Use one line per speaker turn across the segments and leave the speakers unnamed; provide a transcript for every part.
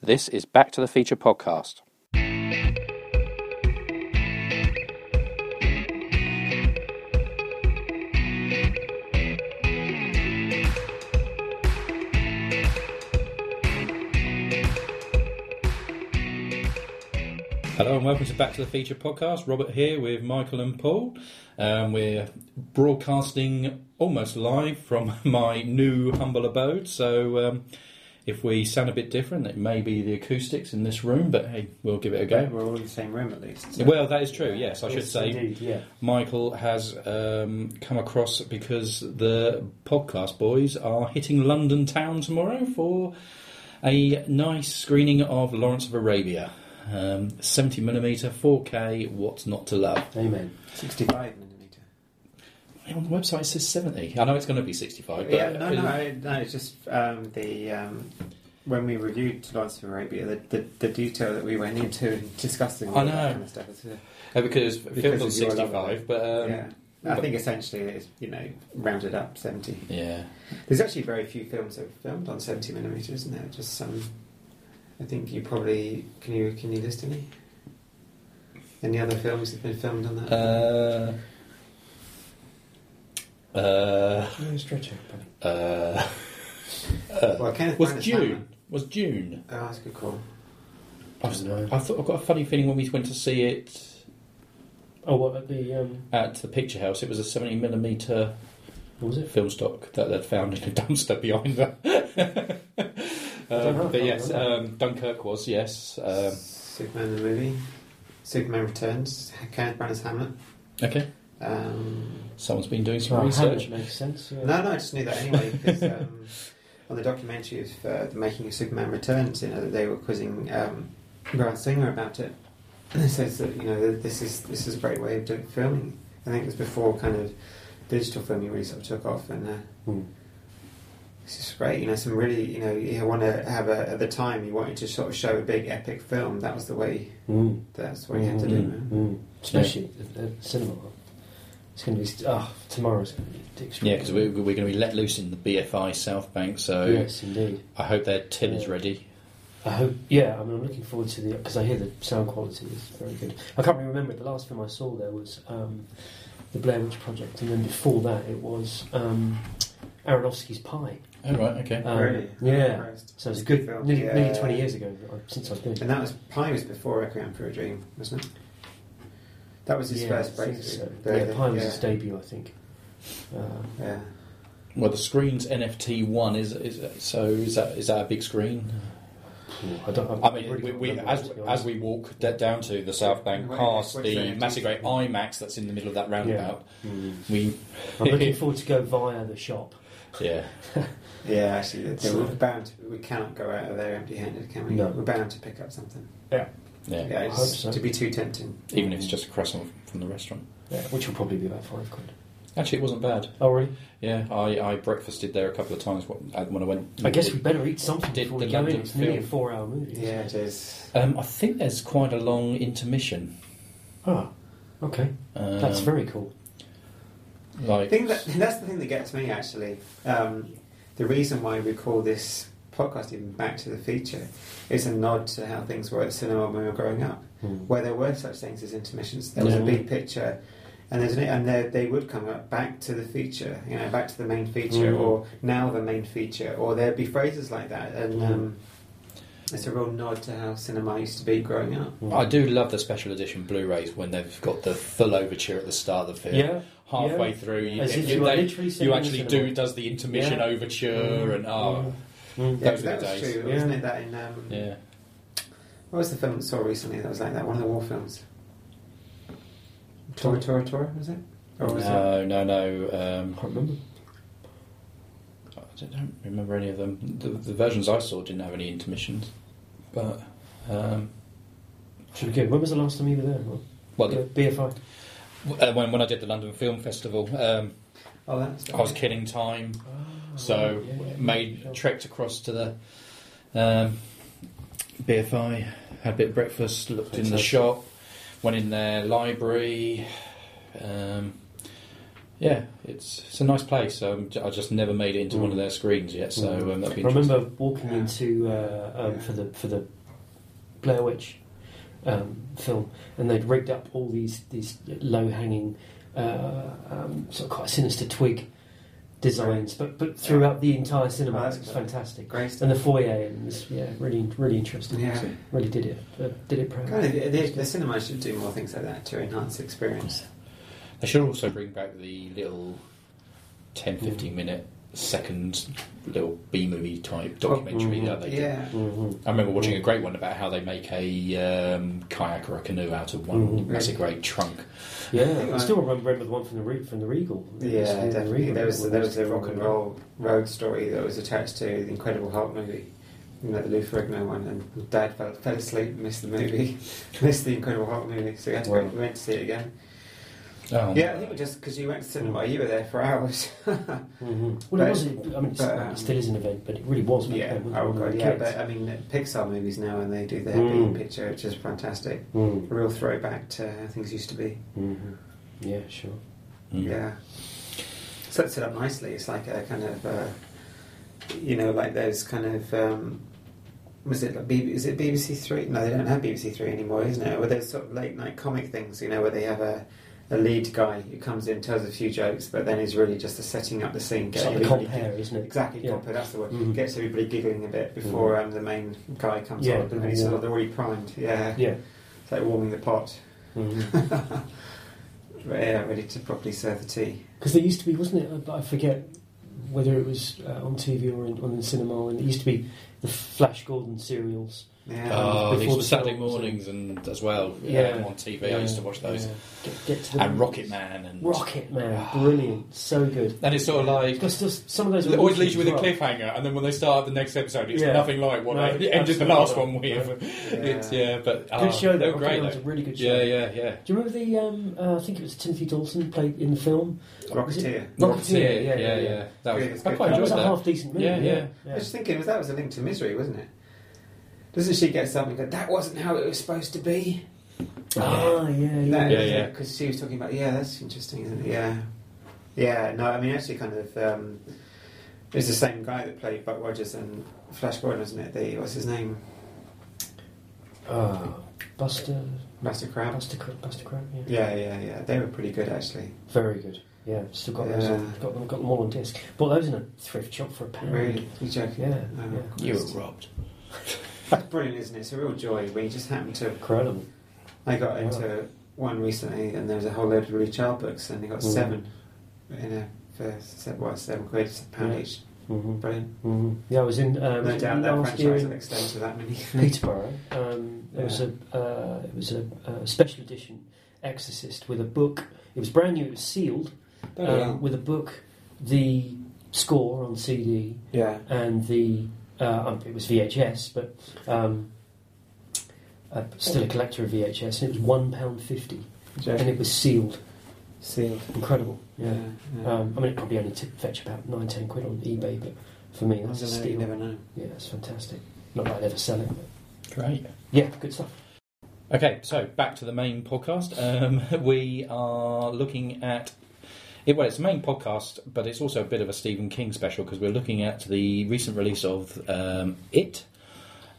This is Back to the Feature podcast. Hello and welcome to Back to the Feature podcast. Robert here with Michael and Paul. Um, we're broadcasting almost live from my new humble abode. So um, if we sound a bit different, it may be the acoustics in this room, but hey, we'll give it a go.
We're all in the same room at least. so-
Well, that is true, yes, I should say.
Indeed, yeah.
Michael has um, come across because the podcast boys are hitting London town tomorrow for a nice screening of Lawrence of Arabia. Um, 70 millimeter 4K, what's not to love?
Amen. 65 millimetre.
On the website it says 70. I know it's going to be 65, but
Yeah, no, no, I- no, it's just um, the. Um, when we reviewed Lawrence of Arabia, the, the, the detail that we went into in discussing all
I know.
that kind of stuff. Is, uh,
Uh, because,
Because
filmed on
of your level.
65, but um,
yeah. I
but-
think essentially it's, you know, rounded up 70.
yeah.
There's actually very few films that are filmed on 70 millimetre, isn't there? Just some. I think you probably. Can you, can you list any? Any other films that have been filmed on that?
Uh, uh, uh, uh,
well, Kenneth
was
Branagh-
June? Was June?
Oh, that's a good call.
I, was- I thought I've got a funny feeling when we went to see it
Oh, what at the um,
at the picture house, it was a 70 millimeter
what was it?
film stock that they'd found in a dumpster behind them.
don't know,
um,
I
but
can't
yes,
remember.
um, Dunkirk was, yes. Um,
Superman the movie, Superman Returns, Kenneth Branagh's Hamlet.
okay,
Um,
someone's been doing some
Well,
research.
Hamlet makes sense. uh, Yeah.
no, no, I just knew that anyway because um, on the documentary of uh, the making of Superman Returns, you know, they were quizzing um, Brian Singer about it, and he says that you know that this is this is a great way of doing filming. I think it was before kind of digital filming really sort of took off and. Uh,
Hmm.
This is great, you know. Some really, you know, you want to have a at the time you wanted to sort of show a big epic film. That was the way.
Mm,
That's what you had to do.
Mm.
Man.
mm. Especially the, the cinema. one. It's going to be. St- oh, tomorrow's going to be extreme.
Yeah, because we're, we're going to be let loose in the BFI South Bank, so
Yes, indeed.
I hope their tin is
Yeah.
ready.
I hope. Yeah, I mean, I'm looking forward to the because I hear the sound quality is very good. I can't really remember the last film I saw. There was um, the Blair Witch Project, and then before that, it was um, Aronofsky's Pie.
Oh, right, okay.
Um,
Really?
Yeah.
Christ.
So it's a good,
Film,
nearly,
yeah.
nearly 20 years ago uh, since I've been.
And that was Pi was before Requiem for a Dream, wasn't it? That was his
yeah,
first
I think
breakthrough.
so.
The-
Yeah, Pie was
yeah,
his debut, I think. Uh,
Yeah.
Well, the screen's NFT one is is so is that is that a big screen?
I don't.
I mean, we, we, as, as we walk d- down to the South Bank,
Wait,
past
what's
the
that?
massive great IMAX that's in the middle of that roundabout, we
Hmm. I'm looking forward to go via the shop.
yeah
Yeah, actually, the-
So-
we're bound. To, we cannot go out of there empty-handed, can we?
No.
We're bound to pick up something.
yeah,
Yeah,
hope
it's,
so.
to be too tempting.
even if it's just a croissant from the restaurant.
Yeah, which will probably be about five quid.
Actually, it wasn't bad.
Oh, really?
Yeah, I, I breakfasted there a couple of times when when I went.
I guess we better eat something
Did
before
the
we go in.
London
It's nearly a
film-
four-hour movie.
Yeah, it is.
Um, I think there's quite a long intermission.
Oh, okay.
Um,
That's very cool.
I
like
think that that's the thing that gets me actually. Um, the reason why we call this podcast even back to the feature is a nod to how things were at cinema when we were growing up.
hmm.
where there were such things as intermissions. There was a
Yeah.
big picture, and there's an, and there, they would come up back to the feature, you know, back to the main feature,
Mm.
Mhm.
or now the main feature, or there'd be phrases like that, and
Mhm.
um, it's a real nod to how cinema used to be growing up.
I do love the special edition Blu-rays when they've got the full overture at the start of the film.
Hmm. Yeah.
halfway through, you,
As if
you-
you are
they-
literally sitting
you
in the
actually do
cinema.
does the intermission
Yeah.
overture
Mm.
and oh
Mm.
Yeah,
Those
'cause
were
that
the
was
days.
true,
Yeah.
wasn't it? That in um,
yeah.
what was the film that saw recently that was like that? One of the war films. Tora Tora Tora was it? Or was it?
No, no, no.
I
Um,
can't remember.
I don't- don't remember any of them. The, the versions I saw didn't have any intermissions, but um,
Should we go? When was the last time you were there? Well,
well, the,
BFI.
uh, when when I did the London Film Festival, um,
Oh, that's
I was killing time, so
Yeah, Ah, yeah, yeah.
made
Sure.
trekked across to the um, BFI, had a bit of breakfast, looked in the
Fantastic.
shop, went in their library. Um, Yeah, it's it's a nice place. Um, j- I just never made it into
Mm.
one of their screens yet, so
Mm.
um, that'd be
I
interesting.
remember walking into uh, um, for the for the Blair Witch um, film, and they'd rigged up all these these low hanging, uh, um, sort of quite sinister twig designs, but but throughout the entire cinema,
Oh, that's
it was
good.
fantastic.
Great stuff.
And the foyer, and was, yeah, really really interesting.
Yeah.
Really did it uh, did it proud.
God, the, the, the cinema should do more things like that to enhance the experience.
They should also bring back the little 10, 15
Mm.
minute second little B movie type documentary
Mm.
that they did.
Yeah.
Mhm.
I remember watching a great one about how they make a um, kayak or a canoe out of one
Mm.
massive great trunk.
Yeah, I still remember the one from the Re- from the Regal.
Yeah,
From the
definitely.
Regal.
There was, there was a rock and roll road story that was attached to the Incredible Hulk movie. You know, the Lou Ferrigno one, and Dad fell, fell asleep, missed the movie, missed the Incredible Hulk movie, so we had to go,
Wow.
we went to see it again.
Um,
Oh,
Yeah, I think it just because you went to cinema, you were there for hours.
Mhm. Well,
Mm-hmm. But-
it was. I mean, it's,
but, um,
it still is an event, but it really was. back
yeah,
then, wasn't it,
oh
when we were
god, yeah.
kids?
But I mean, Pixar movies now, and they do their
Mm.
big picture, which is fantastic.
Mm.
A real throwback to how things used to be.
Mhm. Yeah, sure.
Mm.
Yeah. Sets it up nicely. It's like a kind of, uh, you know, like those kind of. Um, was it like B- is it BBC Three? No, they don't have BBC Three anymore, isn't it? Where those sort of late night comic things, you know, where they have a, a lead guy who comes in, tells a few jokes, but then is really just a setting up the scene,
It's
get
like the
everybody-
compare, isn't it?
Exactly,
Yeah.
proper, that's the word.
Mm.
Mhm.
Gets everybody giggling a bit before um, the main guy comes
Yeah,
on, and he's sort
yeah.
of already primed. Yeah. Mm-hmm.
Yeah.
it's like warming the pot.
Because
yeah, ready to properly serve the tea.
there used to be, wasn't it? I I forget whether it was uh, on TV or in, on the cinema, and it used to be the Flash Gordon serials.
Yeah.
Oh,
Before the
these Saturday
films.
mornings and as well
Yeah.
um, on TV. I used to watch those.
Yeah. Get, get to the
And Rocket Man and
Rocket Man, brilliant, so good.
And it's sort of like
Because just some of those
It always leaves you with a
as well.
cliffhanger, and then when they start the next episode, it's
Yeah.
nothing like what
No,
they ended the
absolutely
last
not.
one with.
Yeah.
It's yeah, but oh,
Good show.
They
That
were
great.
great
That was a
though.
really good show.
Yeah, yeah, yeah.
Do you remember the? Um, uh, I think it was Timothy Dalton played in the film. Was it-
Rocketeer.
Rocketeer, yeah, yeah, yeah.
That
Yeah, it's
was, I
good.
quite
that
enjoyed
was a
that.
half decent movie.
Yeah, yeah.
I was just thinking, was that was a link to misery, wasn't it? Doesn't she get something? Go, that wasn't how it was supposed to be.
Ah, yeah, yeah.
No,
Yeah, yeah.
Because she was talking about, yeah, that's interesting, isn't it? Yeah, yeah. No, I mean, actually, kind of. Um, it was the same guy that played Buck Rogers and Flash Gordon, wasn't it? The what's his name,
Ah, Buster,
Master Crab.
Buster, Crab, Buster Crab.
Yeah,
Yeah.
yeah, yeah. They were pretty good, actually.
Very good. Yeah, still got those.
Yeah.
Got them. Got them all on disc. Bought those in a thrift shop for a pound.
Really, you joking?
Yeah,
Oh,
yeah.
Christ.
You were robbed.
That's brilliant, isn't it? It's a real joy when you just happen to
Incredible.
I got
Yeah.
into one recently, and there was a whole load of really child books, and I got
Mm.
seven in a for seven, what, seven quid, it's a pound
Yeah.
each.
hmm
Brilliant.
hmm Yeah, I was in. Um,
no doubt that
last year
franchise
in
will extend to that many.
Peterborough. Um, there was
Yeah.
a uh, it was a, uh special edition Exorcist with a book. It was brand new. It was sealed
Bloody hell.
um, with a book, the score on CD,
yeah.
and the uh, um, it was VHS, but um, uh, still a collector of VHS, and it was one pound fifty, and it was sealed.
Sealed.
Incredible.
Yeah.
Yeah.
yeah.
Um, I mean, it probably only t- fetch about nine, ten quid on eBay, but for me,
I
that's a
don't know, you
steal.
never know.
Yeah, it's fantastic. Not that I'd ever sell it. But
Great.
yeah, good stuff.
Okay, so back to the main podcast. Um, we are looking at it. Well, it's the main podcast, but it's also a bit of a Stephen King special because we're looking at the recent release of um, It,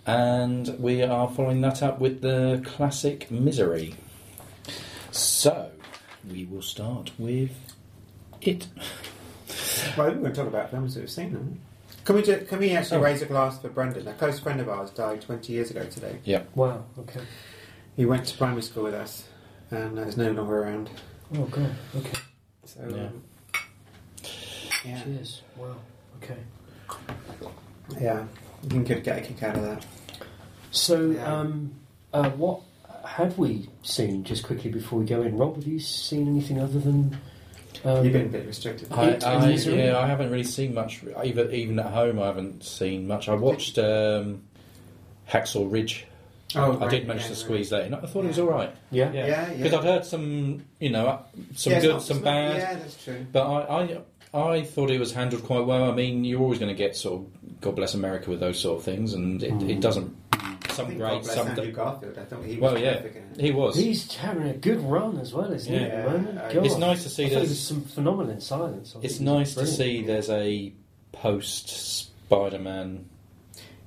and we are following that up with the classic Misery. So we will start with It.
Well, we're going to talk about films that we've seen. Aren't we? Can we, ju- can we actually
Oh.
raise a glass for Brendan? A close friend of ours died 20 years ago today.
Wow. Okay.
He went to primary school with us and is no longer around.
Oh god. Okay.
So,
Yeah.
um, yeah.
Cheers. Wow. Okay.
Yeah. You can get get a kick out of that.
So,
Yeah.
um, uh, what had we seen just quickly before we go in? Rob, have you seen anything other than? Um,
You've been a bit restricted.
I,
It
I,
and Misery?
yeah, I haven't really seen much. Even even at home, I haven't seen much. I watched um, Hacksaw Ridge.
Oh,
I did
right,
manage
yeah,
to
right.
squeeze that in. I thought it was
Yeah.
all right.
Yeah.
Yeah,
Yeah, yeah.
because I'd heard some, you know, uh, some
Yeah, it's
good,
not-
some
it's not-
bad.
Yeah, that's true.
But I, I, I thought it was handled quite well. I mean, you're always going to get sort of God bless America with those sort of things, and it,
Mm.
it doesn't
I
some
think
great,
God bless
some
Andrew Garfield. I thought he was
Well, yeah.
terrific in it.
He was.
He's having a good run as well, isn't he? At
Yeah, uh,
the moment,
I-
God.
It's nice to see
I thought
there's
There's some phenomenon in silence. I
It's
think
nice to
brilliant.
see there's a post Spider-Man.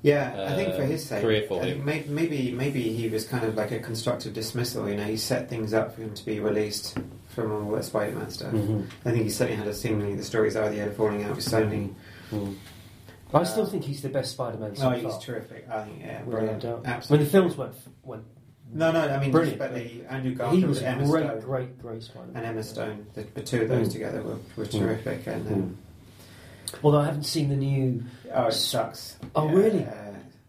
Yeah, I think
uh,
for his sake,
career for
I think may- maybe maybe he was kind of like a constructive dismissal. You know, he set things up for him to be released from all that Spider-Man stuff.
Mhm.
I think he certainly had a seemingly the stories are the had falling out with Sony.
Mm. I still
Uh,
think he's the best Spider-Man so
Oh,
far.
he's terrific. I think yeah,
without a
brilliant.
doubt. When
Absolutely.
the films went, went
No, no, I mean,
Brilliant.
but the Andrew
he
Garfield,
was a
Emma
great,
Stone,
great, great Spider-Man.
and Emma Stone. The, the two of those
Mm.
together were, were
Mm.
terrific. And um,
Although I haven't seen the new.
oh, it sucks.
Oh,
Yeah,
really?
uh,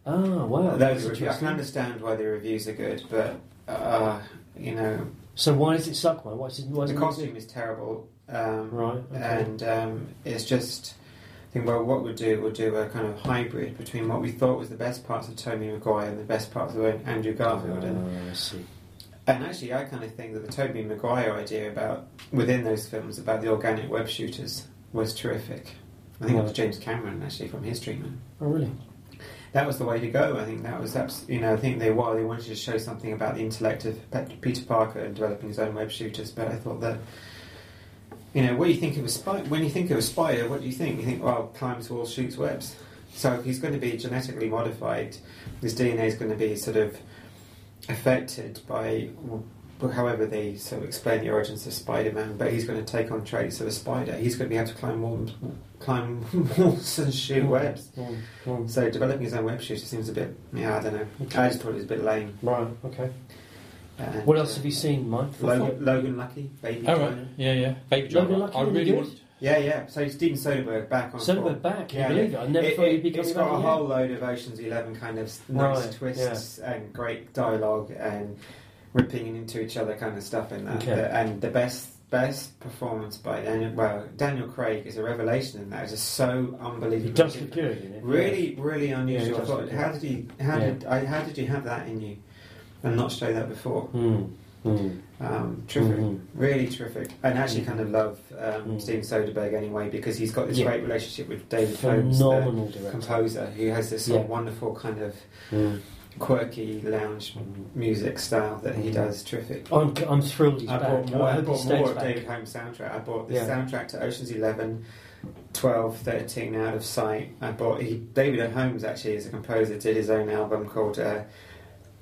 Ah, wow.
those reviews, I
that's
can
interesting.
understand why the reviews are good, but uh, you know,
So why does it suck, man? Why is it? Why is
the
it
costume is terrible. Um,
Right. Okay.
and um, it's just I think well what we'll do we'll do a kind of hybrid between what we thought was the best parts of Tobey Maguire and the best parts of Andrew Garfield and,
Ah, I see.
and actually I kind of think that the Tobey Maguire idea about within those films about the organic web shooters was terrific I think that was James Cameron actually from his treatment
Oh, really?
that was the way to go I think that was abs- you know I think they were they wanted to show something about the intellect of Pe- Peter Parker and developing his own web shooters but I thought that you know, what do you think of a spider? When you think of a spider, what do you think? You think, well, climbs walls, shoots webs. So if he's going to be genetically modified, his DNA is going to be sort of affected by w- however they sort of explain the origins of Spider-Man. But he's going to take on traits of a spider. He's going to be able to climb walls, climb walls and shoot webs.
Mm, mm.
So developing his own web shooter seems a bit, yeah, I don't know. I just thought it was a bit lame.
Right. Okay.
And,
What else
uh,
have you seen, Mike?
Logan, Logan Lucky, Baby.
Oh
Driver.
right, yeah, yeah. Baby
Logan
Driver.
Lucky
I
really
really
good.
want.
Yeah, yeah. So Steven Soderbergh back on.
So
board.
we're back. Can
Yeah,
you believe it? I never
It-
thought
it-
you'd be coming
It's
back
got a
again.
whole load of Ocean's Eleven kind of nice
Right,
twists and great dialogue and ripping into each other kind of stuff in that.
Okay.
The- and the best best performance by Daniel well Daniel Craig is a revelation in that. It's just so
He
unbelievable.
does look good in it.
really, really unusual.
Yeah,
I
it
thought,
does.
how did you how
Yeah.
did I, how did you have that in you and not show that before?
Mm, mm,
Um, terrific.
mhm.
Really terrific, and actually kind of love um,
Mm.
Steven Soderbergh anyway because he's got this
Yeah.
great relationship with David Holmes, the-
Phenomenal director.
composer who has this sort of
Yeah.
wonderful kind of
Mm,
quirky lounge
mm.
music style that he
Mhm.
does. Terrific.
I'm, I'm thrilled he's
I
back.
bought more,
I
I
hope he
bought
stays
more of
back.
David Holmes' soundtrack. I bought the
Yeah.
soundtrack to Ocean's 11, 12, 13, Out of Sight. I bought he, David Holmes actually as a composer did his own album called uh,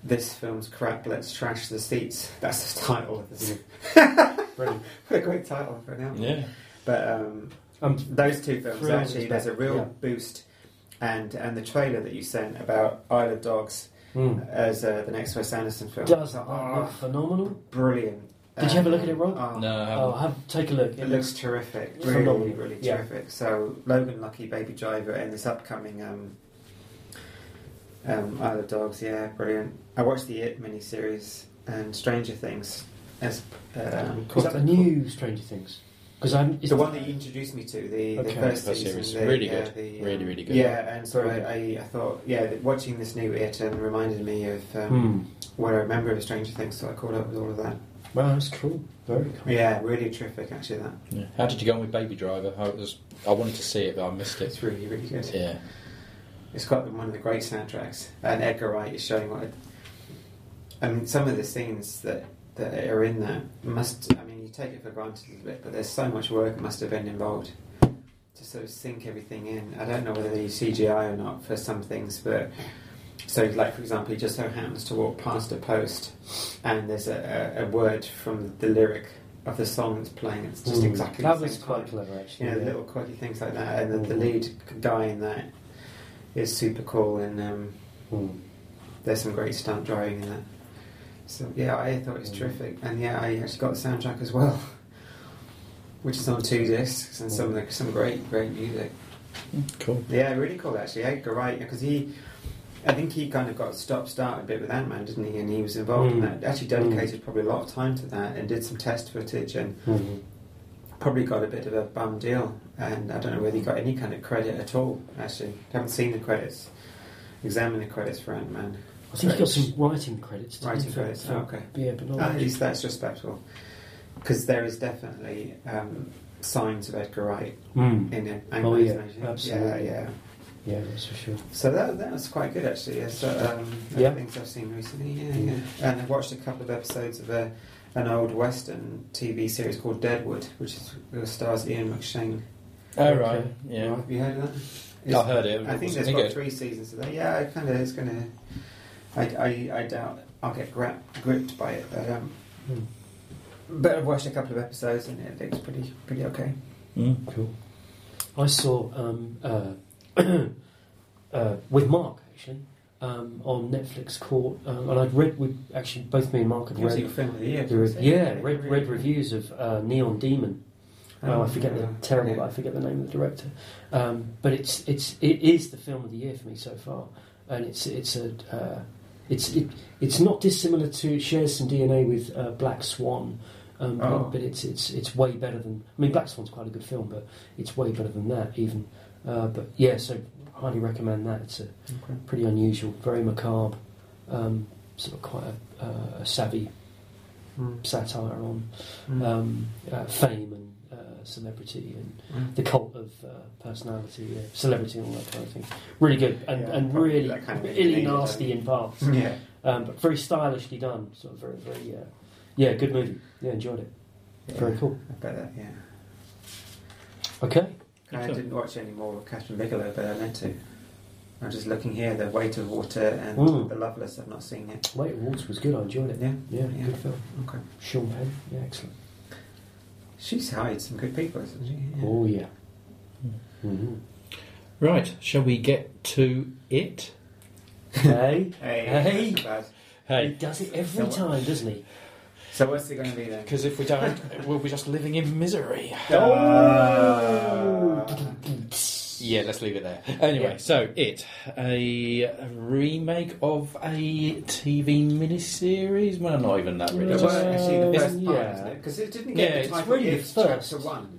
This Film's Crap, Let's Trash the Seats. That's the title of this.
Brilliant.
what a great title for an album.
Yeah.
But um,
I'm
those two films
Thrills is
actually, there's a
back,
real
yeah.
boost, and and the trailer that you sent about Isle of Dogs
Mm.
as uh, the next Wes Anderson film.
Does that look
Oh,
phenomenal?
brilliant.
Did you have a look at it, Rob?
Oh,
No, I
Oh,
haven't.
have, take a look.
It looks terrific,
It's
really,
phenomenal.
really
Yeah.
terrific. So Logan Lucky, Baby Driver, and this upcoming um, um, Isle of Dogs, yeah, brilliant. I watched the It miniseries and Stranger Things. As um,
Is that the new Stranger Things? Because I'm.
the one that you introduced me to, the,
Okay.
the first
First
season,
series.
the-
Really
yeah,
good.
the,
Really,
um,
really good.
Yeah, and so
Very
I, I, I thought, yeah, that watching this new it and reminded me of um,
Mm.
what I remember of Stranger Things, so I caught up with all of that.
Wow, that's cool. Very cool.
Yeah, really terrific, actually. That
Yeah. How did you go on with Baby Driver? I was. I wanted to see it, but I missed it.
it's really, really good.
Yeah.
It's got one of the great soundtracks, and Edgar Wright is showing what. I mean, some of the scenes that that are in that must. I mean, you take it for granted a little bit, but there's so much work must have been involved to sort of sync everything in. I don't know whether they use CGI or not for some things, but so like for example, he just so happens to walk past a post, and there's a, a, a word from the lyric of the song that's playing. It's just
Mm.
exactly
That
the
was
same
quite
time
clever, actually.
you know,
yeah.
little quirky things like that. And
Mm-hmm.
the, the lead guy in that is super cool, and um,
Mm.
there's some great stunt driving in that. So yeah, I thought it was
Mm.
terrific, and yeah, I actually got the soundtrack as well, which is on two discs and
Mm-hmm.
some of the, some great great music.
Cool.
Yeah, really cool actually. Edgar Wright because he. I think he kind of got stop start a bit with Ant Man, didn't he? And he was involved in
Mm.
that. Actually, dedicated probably a lot of time to that and did some test footage and
Mhm.
probably got a bit of a bum deal, and I don't know whether he got any kind of credit at all. Actually, haven't seen the credits, examined the credits for Ant Man.
I think he got some writing credits. didn't he,
Writing
for-
credits,
for-
oh, okay.
Yeah, but not.
At least that's respectful, because there is definitely um, signs of Edgar Wright
Mm.
in it.
Oh, yeah,
Asian.
absolutely.
Yeah, yeah.
Yeah, that's for sure.
So that, that was quite good actually. Yeah, so, um, of
Yeah.
Things I've seen recently. Yeah, yeah. And I watched a couple of episodes of a, an old Western TV series called Deadwood, which is, uh, stars Ian McShane.
Oh,
Okay.
right. Yeah.
Have you heard of that?
I heard it.
I think
Wasn't
there's
it
got
good?
three seasons of that. Yeah, I kind of it's gonna. I, I, I doubt I'll get grap, gripped by it, but um,
Hmm.
but I've watched a couple of episodes and it looks pretty pretty okay.
Mm.
Cool. I saw um, uh, uh, with Mark actually um, on Netflix called, um, and I'd read. We actually both me and Mark had
It was your
read.
film of the year.
the re- yeah, read, read reviews of uh, Neon Demon. Oh, I forget the
yeah.
terrible. I forget the name of the director. Um, but it's it's it is the film of the year for me so far, and it's it's a uh, it's it, it's not dissimilar to it shares some DNA with uh, Black Swan, um, but-
Oh.
but, it's it's it's way better than. I mean, Black Swan's quite a good film, but it's way better than that even. Uh, but yeah, so highly recommend that. It's a
Okay.
pretty unusual, very macabre, um, sort of quite a, uh, a savvy
Mm.
satire on
Mm.
um, uh, fame and uh, celebrity and
Mm.
the cult of uh, personality, uh, celebrity, and all that kind of thing. Really good and,
Yeah,
and
probably
really,
that kind of
really
thing,
nasty in parts,
Yeah.
um, but very stylishly done. Sort of very, very, uh, yeah, good movie. Yeah, enjoyed it. Very
Yeah,
cool.
I bet that, yeah.
Okay.
I
Good.
didn't watch any more of Catherine Bigelow, but I meant to. I'm just looking here, The Weight of Water and
Mm.
The Loveless, I've not seen yet.
Wait, Waltz was good. I enjoyed it.
Yeah,
Yeah,
Yeah.
good film.
okay.
Sean Penn. Yeah, excellent.
She's hired some good people, isn't she? Yeah.
Oh yeah. hmm
Right. Shall we get to it?
hey,
Hey,
Hey.
that's bad.
he
Hey.
does it every time, doesn't he?
So what's it going to be then?
Because if we don't, we'll be just living in misery.
Oh!
Ah.
Yeah, let's leave it there. Anyway,
Yeah.
so it a remake of a TV miniseries. Well, not even that really.
It was actually the
It's-
first part,
yeah.
isn't it? Because it didn't
Yeah,
get
it's
the title
really
if
the first.
chapter one.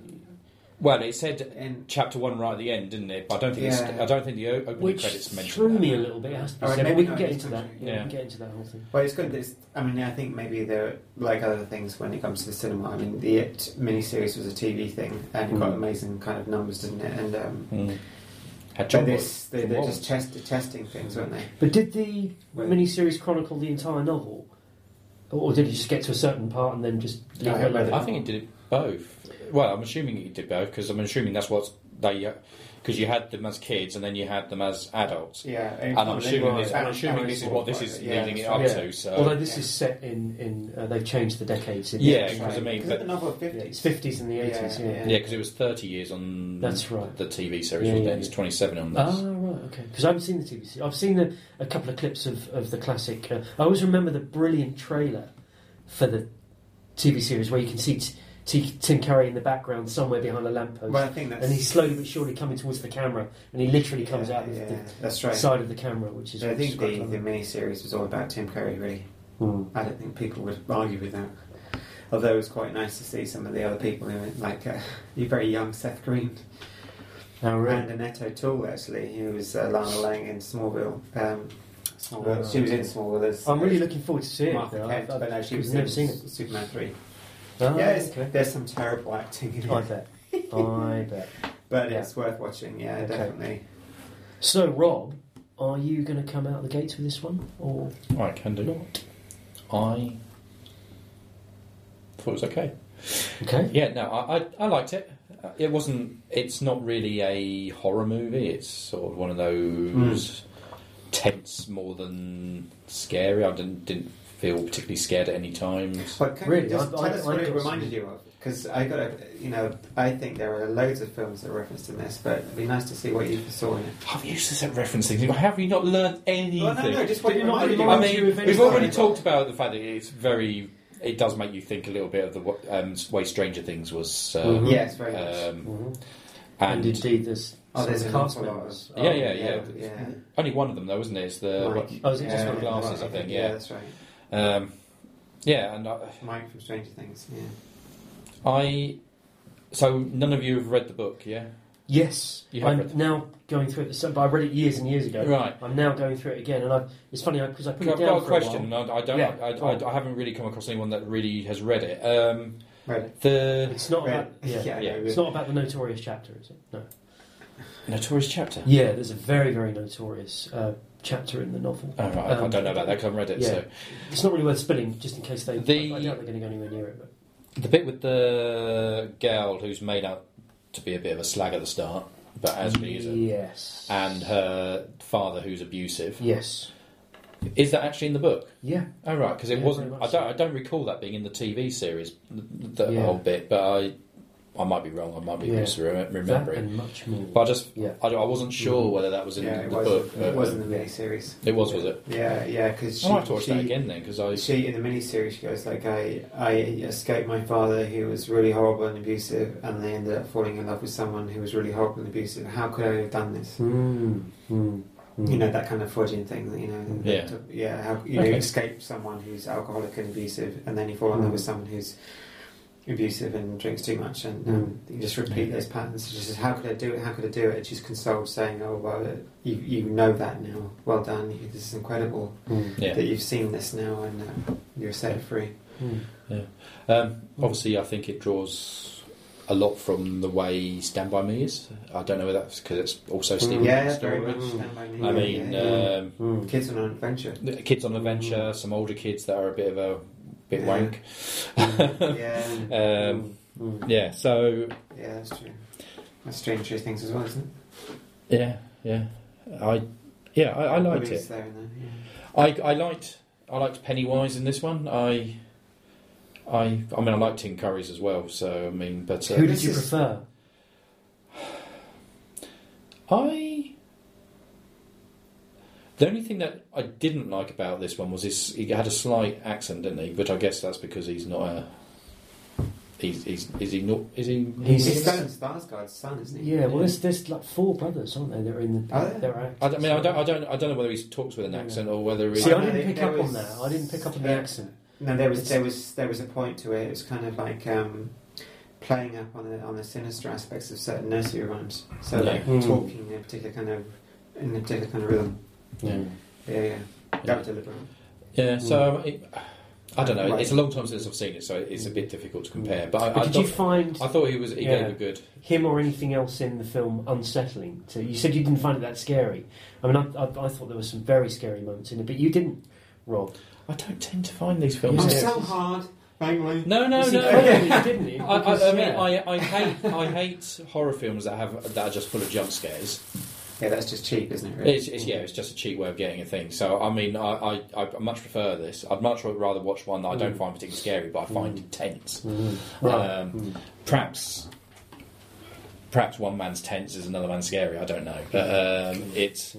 Well, it said
And
chapter one right at the end, didn't it? But I don't think it's,
Yeah.
I don't think the o- opening
Which
credits mentioned
threw
that.
me a little bit. It has to be
Alright,
said, but
maybe
we can
not
get
this
into that.
country.
Yeah, we
Yeah.
can get into that whole thing.
well, it's good. It's, I mean, I think maybe they're like other things when it comes to the cinema. I mean, the It miniseries was a TV thing and got
Mm.
amazing kind of numbers, didn't it? And um,
Mm. Had
But
John
this, they,
John
they're
Wall.
just test, testing things, weren't they?
But did the
Well-
miniseries chronicle the entire novel? Or or did it just get to a certain part and then just leave
I
it
haven't read
alone?
it.
I think it did both. Well, I'm assuming it did both because I'm assuming that's what they because you had them as kids and then you had them as adults.
Yeah,
And I'm assuming this, I'm assuming this is what this is leading it up
right.
to. So
Although this
Yeah.
is set in, in uh, they've changed the decades. In
Yeah,
the
because I mean,
Is
but-
it the novel of
yeah,
50?
it's fifties and the eighties. Yeah.
Yeah.
Yeah, because it was 30 years on
That's right.
the TV series,
Yeah,
wasn't
yeah,
it? It's
yeah.
27 on this.
Ah, right, okay. Because I haven't seen the TV series. I've seen a, a couple of clips of, of the classic. Uh, I always remember the brilliant trailer for the TV series where you can see t- t- Tim Curry in the background somewhere behind a lamppost.
Well, I think that's.
and he's slowly but surely coming towards the camera, and he literally comes
yeah,
out the,
Yeah,
the
that's right.
side of the camera, which is.
So I
which is
think
quite
the, the
clever.
miniseries was all about Tim Curry, really.
Hmm.
I don't think people would argue with that. Although it was quite nice to see some of the other people in it, like uh, you very young Seth Green
Oh,
and Annette O'Toole, actually, who was uh, Lana Lang in Smallville. Um, Smallville.
Oh,
she was in
okay.
Smallville as
I'm really looking forward to seeing
Martha
it. though.
Kent, but no, she was
I've never
in
seen it.
Superman 3.
Ah,
yeah, it's,
okay.
there's some terrible acting in
I
it,
bet. I bet.
but
Yeah.
it's worth watching. Yeah,
Okay.
definitely.
So, Rob, are you going to come out the gates with this one, or
I can do.
not?
I thought it was okay.
Okay.
Yeah, no, I, I, I liked it. Uh, It wasn't. It's not really a horror movie. It's sort of one of those tense more than scary. I didn't didn't feel particularly scared at any times.
But can
Really,
you just
I-
tell
I-
us
I
what
got
it reminded
some-
you of? Because I got a, you know, I think there are loads of films that are referenced in this, but it'd be nice to see what you saw in it.
I've used this at referencing. Have you not learned anything?
Well, no, no, just what
Did
it
you not
reminded you
I
of.
remind
mean,
you of
we've already
anything?
talked about the fact that it's very. It does make you think a little bit of the wa- um, way Stranger Things was. Um,
Mhm.
Mm-hmm. Yes, very much.
Um,
Mm-hmm. And,
and
indeed, there's
Oh, there's
some
an
cast
awful lot of-
members.
Yeah, yeah,
yeah,
yeah. Uh,
yeah.
only one of them, though, isn't it? It's the
Mike.
Oh, is it just
Yeah,
one of the
glasses,
Mike,
I think,
Yeah,
yeah.
that's right.
Um, yeah, and I,
Mike from Stranger Things. Yeah.
I. So none of you have read the book, yeah?
Yes,
You have
I'm
read it.
now going through it. So, but I read it years and years ago.
Right.
I'm now going through it again, and I, it's funny because I put
I've
it down
got a
for
question,
while.
and I, I don't.
Yeah,
I,
go on.
I, I haven't really come across anyone that really has read it. Um,
Right.
the
It's not
Right.
about yeah.
yeah,
Yeah.
no,
It's not about the notorious chapter, is it? No.
Notorious chapter.
Yeah, there's a very, very notorious uh, chapter in the novel.
Oh, right. I
Um,
don't know about that. 'cause I haven't read it.
yeah.
So
It's not really worth spilling, just in case they.
The-
I doubt they're going to go anywhere near it. But
the bit with the girl who's made out to be a bit of a slag at the start, but as we use it,
yes.
and her father who's abusive.
Yes.
Is that actually in the book?
Yeah.
Oh right, because it
Yeah,
wasn't.
very
I
much
don't.
so.
I don't recall that being in the TV series, the
Yeah.
whole bit. But I, I might be wrong. I might be
Yeah.
misremem-
That
remembering.
and much more.
But I just.
yeah.
I, I wasn't sure
Mhm.
whether that was in
yeah,
the
it
book.
was.
but-
It was in the miniseries.
It was, was it?
Yeah, yeah, because she,
I might have to watch that
she-
again then, because I.
She in the miniseries she goes like I I escaped my father who was really horrible and abusive and they ended up falling in love with someone who was really horrible and abusive. How could I have done this?
Mm, mm, mm.
You know that kind of Freudian thing. that, You know,
Yeah.
that- yeah. How, you know,
Okay.
you escape someone who's alcoholic and abusive, and then you fall in love
Mm.
with someone who's abusive and drinks too much, and
Mm.
um, you just repeat those patterns. She says, "How could I do it? How could I do it?" And she's consoled, saying, "Oh well, uh, you you know that now. Well done. You- This is incredible
Mm,
Yeah.
that you've seen this now, and uh, you're set free."
mm.
Um, obviously, I think it draws a lot from the way Stand By Me is. I don't know whether that's because it's also Stephen
Yeah,
King's
very
story.
much.
Mm.
Stand by me.
I
yeah,
mean,
yeah, yeah.
um,
Mm.
kids on an adventure.
the kids on adventure,
Mm.
some older kids that are a bit of a bit
Yeah.
wank.
yeah,
Um,
Mm, mm.
yeah. So
yeah, that's true. That's strange true things as well, isn't it?
yeah, yeah. I yeah, I, I liked
Louise
it.
There and there, yeah.
I, I liked I liked Pennywise in this one. I I I mean I liked Tim Curry's as well. So I mean, but
Who
uh,
did
This
you
is-
prefer?
I the only thing that I didn't like about this one was his he had a slight accent, didn't he? But I guess that's because he's not a he's he's is he not is he
He's-
He's Stellan Skarsgård's son, isn't he?
Yeah, well, there's, there's like four brothers, aren't there? They're in the.
Are there?
they're
I, don't, I mean I don't I don't I don't know whether he talks with an
Yeah.
accent or whether he
See, I
I
didn't
think
pick
there
up
was-
on that. I didn't pick up on the
Yeah.
accent.
No, there was
It's-
there was there was a point to it. It was kind of like um, playing up on the on the sinister aspects of certain nursery rhymes. So
Yeah.
like
Mm.
talking in a particular kind of in a particular kind of rhythm.
Hmm.
Yeah.
Yeah, yeah.
Yeah.
That was deliberate.
Yeah, so um, it, I don't know.
Right.
It's a long time since I've seen it, so it's a bit difficult to compare. But I,
But
I,
did
thought,
you find
I thought he was he
Yeah.
gave a good.
him or anything else in the film unsettling? To, you said you didn't find it that scary. I mean, I, I, I thought there were some very scary moments in it, but you didn't, Rob.
I don't tend to find these
It
films.
was
I'm
Yeah.
so hard, Langley.
No, no,
It's
no.
incredible you didn't.
I,
It, because,
I, I mean,
yeah.
I, I hate I hate horror films that have that are just full of jump scares.
Yeah, that's just cheap, isn't it? Really?
It's, it's yeah, it's just a cheap way of getting a thing. So I mean, I, I, I much prefer this. I'd much rather watch one that I don't
Mm.
find particularly scary, but I find
Mm.
intense.
Mm, right.
Um,
Mm.
perhaps perhaps one man's tense is another man's scary. I don't know, but um, it's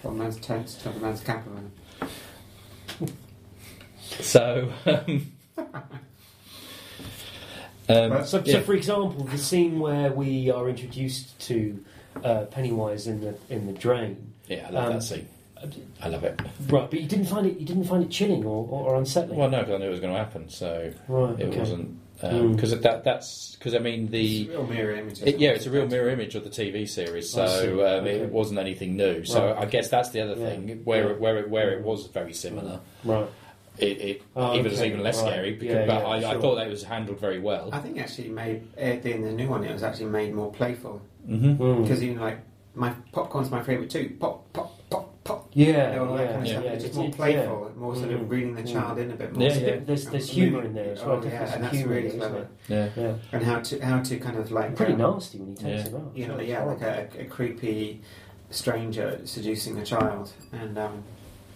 One man's toast, another man's
Um,
Capelman.
so. Um, um,
So, so,
yeah.
for example, the scene where we are introduced to uh, Pennywise in the in the drain,
yeah, I love
um,
that scene. I love it.
right? But you didn't find it. You didn't find it chilling or, or, or unsettling,
Well, no, because I knew it was going to happen, so
right?
it
okay.
wasn't.
Mm.
Because that that's because I mean the
It's a real mirror image. isn't
It, yeah, it's a real mirror image of the TV series, so
I see.
um,
Okay.
it wasn't anything new. So
Right.
I guess that's the other
Yeah. Hmm.
thing where it, where it, where it was very similar.
Right.
It, it
Oh,
even it's
okay.
even less
Right.
scary. Because,
Yeah,
but
yeah,
I, I
sure.
thought that it was handled very well.
I think actually made uh, in the new one. It was actually made more playful
Mm-hmm.
Mm.
because even like my popcorn's my favourite too. Pop pop pop pop.
Yeah,
You know, all that
yeah,
kind of
yeah.
stuff. It's just
It-
more
it-
playful, more sort
Mm.
of reading the
Mm.
child in a bit more.
Yeah,
So
yeah.
There's-
that-
there's
um,
humour in there as well,
Oh,
definitely
yeah,
some
and that's
humour in
really
there,
clever.
Yeah.
Yeah. Yeah.
And how to how to kind of like
Pretty
um,
nasty when he takes
Yeah.
him out.
You know, yeah, like a, a creepy stranger seducing a child, and um,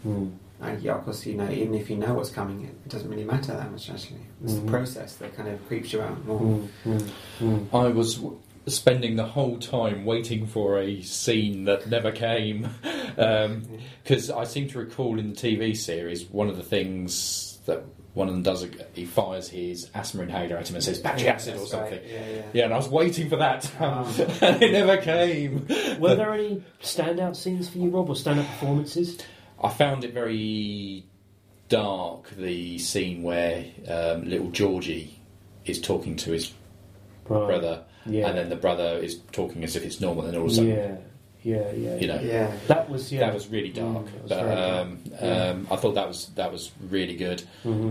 Mm.
and yeah, of course, you know, even if you know what's coming, it doesn't really matter that much actually. It's
Mhm.
the process that kind of creeps you out more.
Mm. Mm. Mm.
I was w- spending the whole time waiting for a scene that never came. Um,
Yeah.
Because I seem to recall in the TV series, one of the things that one of them does, he fires his asthma inhaler at him and says, battery
Yeah,
acid or
that's
something.
right. Yeah, yeah.
Yeah, and I was waiting for that, to
Ah.
come,
Um,
and it never came.
Were there any standout scenes for you, Rob, or standout performances?
I found it very dark the scene where um, little Georgie is talking to his
Right.
brother,
Yeah.
and then the brother is talking as if it's normal, and all of a sudden
yeah. Yeah, yeah.
You know,
Yeah.
That was yeah.
that was really dark.
Mm, that was
but
very dark.
um,
Yeah.
um, I thought that was that was really good.
Mhm.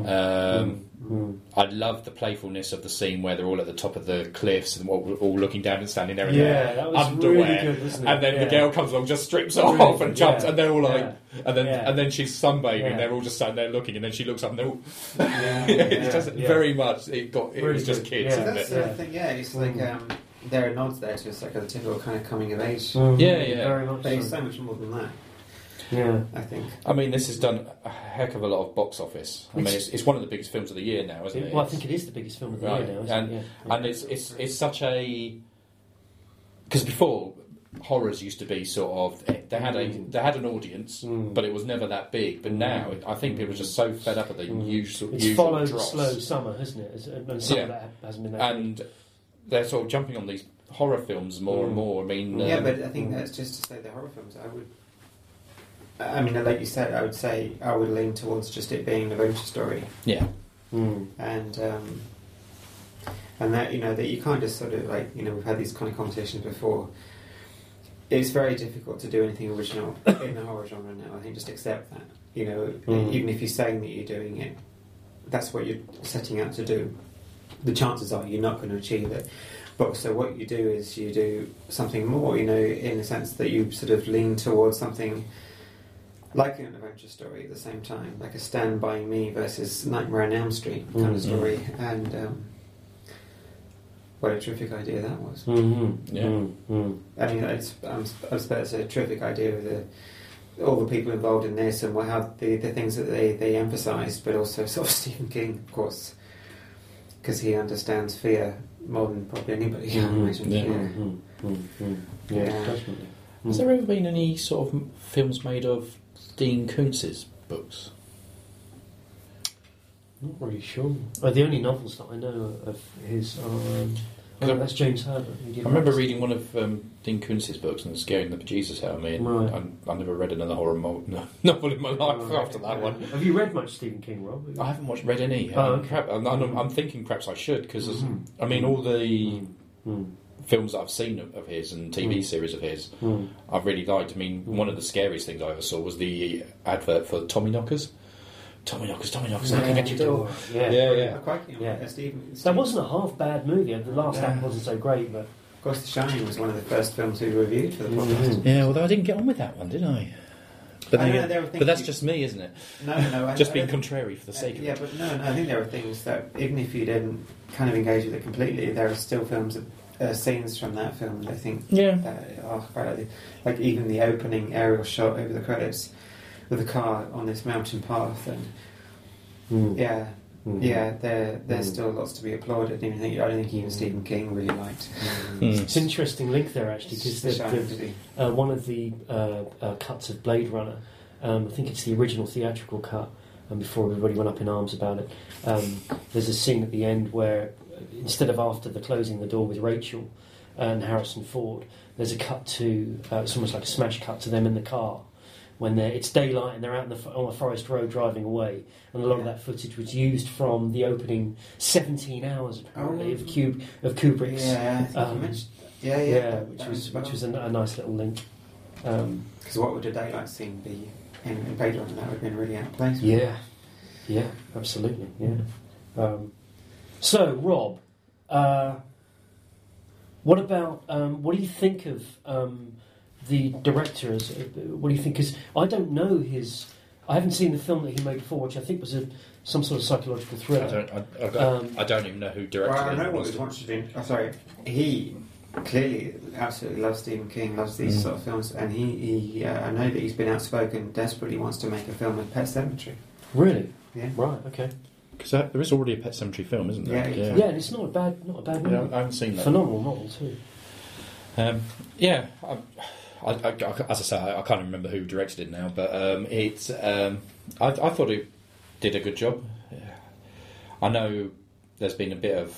Um,
Mm.
I love the playfulness of the scene where they're all at the top of the cliffs and all, all looking down and standing there in their
Yeah, that was
underwear.
really good, wasn't it?
and then
yeah.
the girl comes along, just strips
Really
off
good,
and jumps,
yeah.
and they're all like,
Yeah.
and then
Yeah.
and then she's sunbathing.
Yeah.
and They're all just standing there looking, and then she looks up, and they're all.
Yeah.
it's
yeah.
just
yeah.
very much. It got. It
Really
was just
good,
kids,
So
yeah.
isn't
that's
it?
the thing, yeah. It's like um, there are nods there to it's like a typical kind of coming of age,
Mm,
Yeah, yeah.
Very much.
but it's
so.
so much more than that.
Yeah.
I think.
I mean, this has done a heck of a lot of box office. I mean, it's, it's one of the biggest films of the year now, isn't it?
well, I think it is the biggest film of the
Right,
year now. Isn't
and-
it?
and it's it's it's such a because before horrors used to be sort of eh, they had a
Mm.
they had an audience,
Mm.
but it was never that big. But now I think people are just so fed up with the
Mm.
usual
It's
usual
followed a
dross.
slow summer, hasn't it? It's- uh, And some
Yeah.
of that hasn't been that.
and they're sort of jumping on these horror films more
Mm.
and more. I mean,
Yeah,
um,
but I think that's just to say the horror films. I would. I mean, like you said, I would say I would lean towards just it being an adventure story,
yeah,
good. Mm.
and um, and that you know that you can't just sort of like you know we've had these kind of conversations before. It's very difficult to do anything original in the horror genre now. I think just accept that. You know,
Mm.
even if you're saying that you're doing it, that's what you're setting out to do. The chances are you're not going to achieve it. But so what you do is you do something more. You know, in the sense that you sort of lean towards something like an adventure story at the same time, like a Stand By Me versus Nightmare on Elm Street kind
Mm.
of story. And um, what a terrific idea that was.
Mm-hmm.
Yeah.
Mm. Mm.
I mean, it's, I'm, I suppose it's a terrific idea of the, all the people involved in this and what, how the, the things that they, they emphasised, but also sort of Stephen King, of course, because he understands fear more than probably anybody, I
Mhm.
imagine.
Yeah.
Mm. Mm. Mm. Yeah,
Yeah.
definitely.
has there ever been any sort of films made of Dean Koontz's books?
Not really sure. Uh, the only novels that I know of his are. Um, oh, that's James Herbert. who
I
did
remember
that.
reading one of um, Dean Koontz's books and scaring the bejesus out of me. And
Right.
I, I never read another horror mo- no, novel in my life
Right.
after that one.
Have you read much Stephen King, Rob?
I haven't watched read any.
Oh,
Um,
okay.
perhaps- and I'm, I'm thinking perhaps I should because
Mhm.
I mean all the
Mm. Mm.
films that I've seen of, of his and TV
Mm.
series of his
Mm.
I've really liked. I mean
Mm.
one of the scariest things I ever saw was the advert for Tommy Knockers. Tommy Knockers, Tommy Knockers, knocking at your door.
Yeah.
Yeah,
I'm quite keen on
Yeah.
that, Stephen.
That wasn't a half bad movie. The last
Yeah.
act wasn't so great, but
Of course, The Shining was one of the first films we reviewed for the
Mhm.
podcast.
Yeah, although I didn't get on with that one, did I? But,
I
then
know,
again-
there were things
but that's
you-
just me, isn't it?
No, no, no. I-
Just
I
being
don't-
contrary for the
uh,
sake of
Yeah,
it.
but no, no, I think there are things that, even if you didn't kind of engage with it completely, there are still films, that- uh, scenes from that film that I think
Yeah.
Uh, oh, quite like, the- like even the opening aerial shot over the credits with the car on this mountain path, and yeah,
Mm.
yeah, there there's
Mm.
still lots to be applauded. Even think, I don't think even Stephen King really liked Hmm.
Mm.
It's an interesting link there actually because
The Shining,
the,
did he?
the, uh, one of the uh, uh, cuts of Blade Runner, um, I think it's the original theatrical cut, and before everybody went up in arms about it, um, there's a scene at the end where uh, instead of after the closing the door with Rachel and Harrison Ford, there's a cut to uh, it's almost like a smash cut to them in the car. When they're, it's daylight and they're out in the, fo- on a forest road driving away, and a lot of that footage was used from the opening 17 hours apparently of, Cube, of Kubrick's
Yeah, I think
Um,
you mentioned. Yeah, yeah,
yeah, which was which was
because
a, a nice little link. Um,
what would a daylight scene be in, in Blade Runner? That would have been really out of place.
yeah, yeah, absolutely, yeah. Um, so, Rob, uh, what about um, what do you think of um, the director? As uh, what do you think? Because I don't know his. I haven't seen the film that he made before, which I think was a, some sort of psychological
I
thriller.
don't, I, I,
Um,
I don't even know who directed
Well, I
it.
know what the monster's been. Oh, sorry, he clearly absolutely loves Stephen King, loves these
Mm.
sort of films, and he, he uh, I know that he's been outspoken, desperately wants to make a film with Pet Cemetery.
Really?
Yeah.
Right. Okay.
Because there is already a Pet Cemetery film, isn't there?
Yeah,
Yeah.
Yeah.
and it's not a bad, not a bad
Yeah,
movie.
I haven't seen that.
Phenomenal novel too.
Um, yeah, I, I, I- as I say, I, I can't remember who directed it now, but um, it's. Um, I, I thought it did a good job. I know there's been a bit of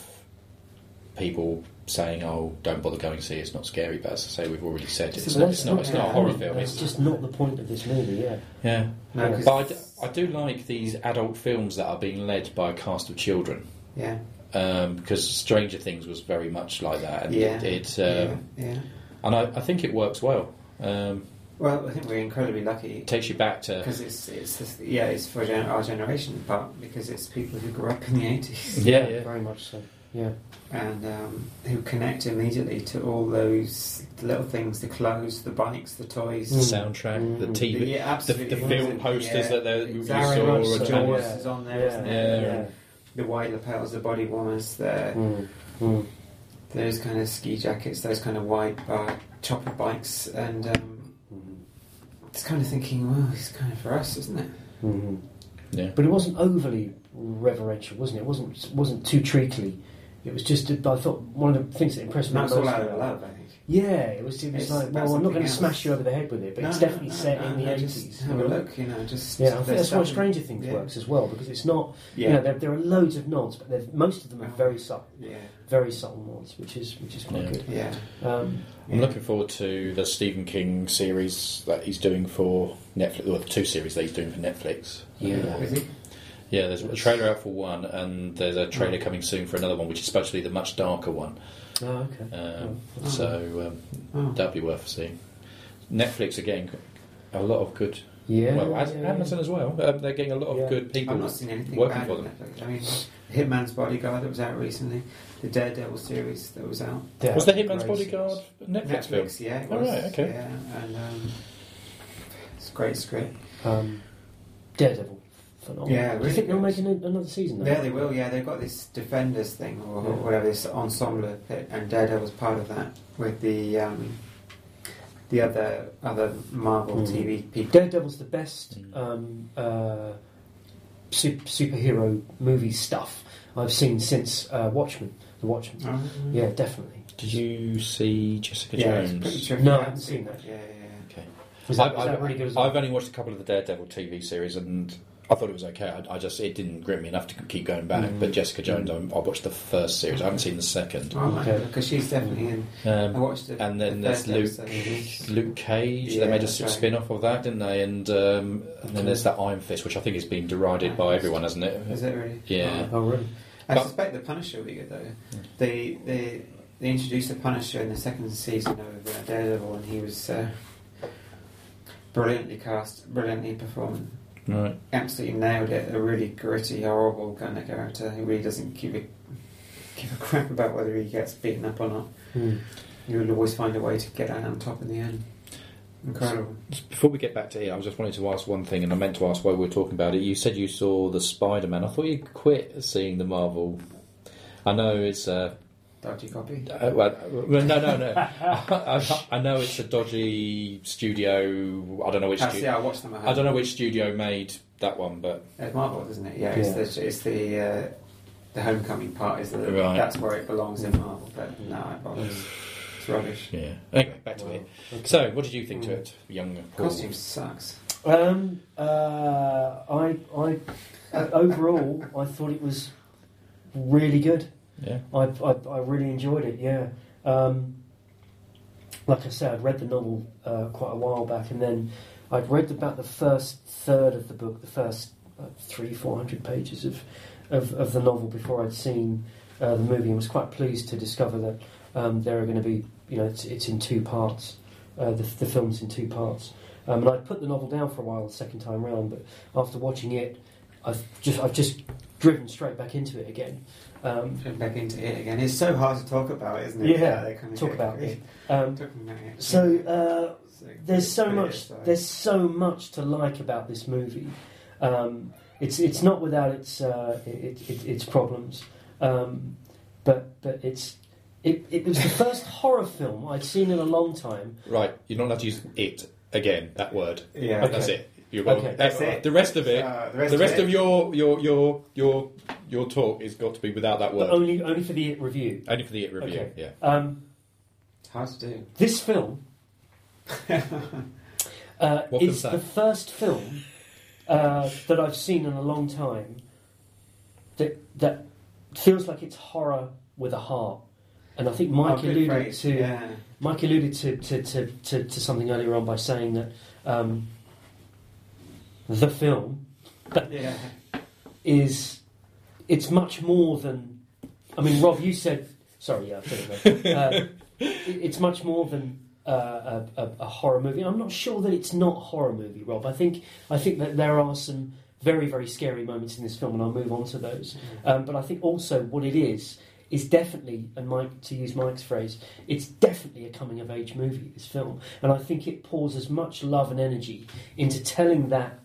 people saying, "Oh, don't bother going to see it, it's not scary," but as I say, we've already said it's,
But
not.
that's
It's not. It's not a
yeah.
horror film.
That's
It's,
just not the point of this movie. Yeah.
yeah,
No,
Yeah.
'cause-
but I d- I do like these adult films that are being led by a cast of children.
yeah,
um, because Stranger Things was very much like that, and
Yeah.
it, it um,
yeah, yeah.
and I, I think it works well. Um,
Well, I think we're incredibly lucky
it takes you back to
because it's it's this, yeah it's for gen- our generation, but because it's people who grew up in the eighties
yeah, yeah.
very much so. Yeah,
Mm.
and um, who connect immediately to all those little things: the clothes, the bikes, the toys,
The
Mm.
soundtrack, the
Mm.
TV,
yeah,
the,
absolutely,
the film posters that they, you
Exactly.
saw.
Very much
or
so,
Janet-
Jaws
yeah.
uh, is on there,
yeah,
not
Yeah.
it? The wide lapels, the body warmers, the
Mm. Mm.
those kind of ski jackets, those kind of wide bar chopper bikes, and um,
Mm.
it's kind of thinking, well, it's kind of for us, isn't it?
Mm.
Yeah.
But it wasn't overly reverential, wasn't it? It wasn't wasn't too treacly. It was just. I thought one of the things that impressed
And
me
that's all
most-
out of love, I think.
Yeah, it was. It was
It's
like,
about
well, I'm not
something
going to
else.
smash you over the head with it, but
No,
it's
no,
definitely
no,
set
no,
in the
no, just
80s.
Have
you
a
know?
look, you know, just
Yeah, I think
there's
that's why
something-
Stranger Things
yeah.
works as well because it's not.
Yeah,
You know, there, there are loads of nods, but they're- most of them are
Yeah.
very subtle,
yeah,
very subtle nods, which is which is quite
Yeah.
good.
yeah.
Um,
I'm looking forward to the Stephen King series that he's doing for Netflix, or the two series that he's doing for Netflix. Uh,
Yeah.
Is it?
Yeah, there's a trailer out for one, and there's a trailer coming soon for another one, which is supposed to be the much darker one.
oh, okay.
Um,
Oh.
Mm.
So
Oh.
um, that'd be worth seeing. Netflix again, a lot of good.
Yeah.
well,
yeah,
as-
yeah,
Amazon as well. Um, they're getting a lot of
Yeah.
good people.
I've not seen anything
working
bad
for
on Netflix. I mean, Hitman's Bodyguard that was out recently, the Daredevil series that was out.
yeah.
was the Hitman's
Great.
Bodyguard Netflix, film?
Netflix, yeah, it
Oh,
was.
right, okay.
Yeah, and um, it's a great script.
Um, Daredevil. Phenomenal.
Yeah,
Do you
really
think they'll
good.
make an, another season?
Yeah, they will. Yeah, they've got this Defenders thing or
Yeah.
whatever this ensemble, that- and Daredevil's part of that with the um, the other other Marvel
Mm-hmm.
Mm.
Oh,
TV people.
Daredevil's the best
Mm.
um, uh, su- superhero movie stuff I've seen since uh, Watchmen. The Watchmen.
Oh,
Yeah, definitely.
Did you see Jessica
yeah, it's pretty
Jones?
terrific.
No, I
I've
haven't seen that.
Yeah, yeah,
Okay.
Was that,
I've-
was that
I've-
really good as well?
I've only watched a couple of the Daredevil TV series, and I thought it was okay. I, I just it didn't grip me enough to keep going back.
Mm.
But Jessica Jones, I, I watched the first series. I haven't seen the second.
yeah. Oh,
Okay.
Because she's definitely in. I
Um,
watched it.
and then
the
there's
first
Luke
episode.
Luke Cage.
Yeah,
they made a
that's
sort of
right.
spin-off of that, didn't they? And um, and then there's that Iron Fist, which I think is being derided by everyone, hasn't
Is
it?
it really?
Yeah.
Oh, really?
I
But-
suspect the Punisher will be good though.
Yeah.
They they they introduced the Punisher in the second season of uh, Daredevil, and he was uh, brilliantly cast, brilliantly performed,
Right.
absolutely nailed it. A really gritty, horrible kind of character who really doesn't give a give a crap about whether he gets beaten up or not.
Mm.
He will always find a way to get out on top in the end. Incredible.
Before we get back to it, I was just wanting to ask one thing, and I meant to ask why we were talking about it. You said you saw the Spider-Man. I thought you quit seeing the Marvel. I know it's uh,
Dodgy copy.
Uh, well, well, no, no, no. I, I know it's a dodgy studio. I don't know which.
Actually,
Studio,
I watched them at home.
I don't know which studio made that one, but
It's Marvel, isn't it? Yeah, it's the it's the, uh, the homecoming part is the
Right.
that's where it belongs in Marvel. But no, I bother. It's rubbish.
yeah. Anyway, back to it.
Okay.
So, what did you
Hmm.
think to it, young Paul?
Costume sucks.
Um, uh, I, I, uh, overall, I thought it was really good.
Yeah.
I, I, I really enjoyed it. Yeah. Um, like I said, I'd read the novel uh, quite a while back, and then I'd read about the first third of the book, the first uh, three, four hundred pages of, of, of the novel before I'd seen uh, the movie, and was quite pleased to discover that um, there are going to be, you know, it's, it's in two parts. Uh, the, the film's in two parts, um, and I'd put the novel down for a while the second time round, but after watching it, I've just I've just driven straight back into it again. Um,
Put it Back into it again. It's so hard to talk about, isn't it?
Yeah,
they kind of
talk
get-
about it. Um,
Talking about it.
so uh,
So
there's so
put it
much
aside.
there's so much to like about this movie. Um, it's it's not without its uh, it, it, its problems, um, but but it's it, it was the first horror film I'd seen in a long time.
Right, you're not allowed to use it again. That word.
yeah,
That's
Okay.
it. You're gone.
Okay.
That's it.
The rest of it.
Uh, the
the rest
it-
of your your your your your talk is got to be without that
But
word.
only only for the review.
Only for the it review.
Okay.
Yeah.
Um,
it's hard to do.
this film uh,
What film's
is
that?
the first film uh, that I've seen in a long time that that feels like it's horror with a heart. And I think Mike
Oh, good
alluded
phrase,
to
yeah.
Mike alluded to, to, to, to, to something earlier on by saying that um, the film
yeah.
is it's much more than. I mean, Rob, you said sorry, yeah, I've said it, Rob. uh, it- it's much more than uh, uh, a, a, a horror movie. I'm not sure that it's not a horror movie, Rob. I think I think that there are some very very scary moments in this film, and I'll move on to those. Um, but I think also what it is is definitely, and Mike to use Mike's phrase, it's definitely a coming of age movie. This film, and I think it pours as much love and energy into telling that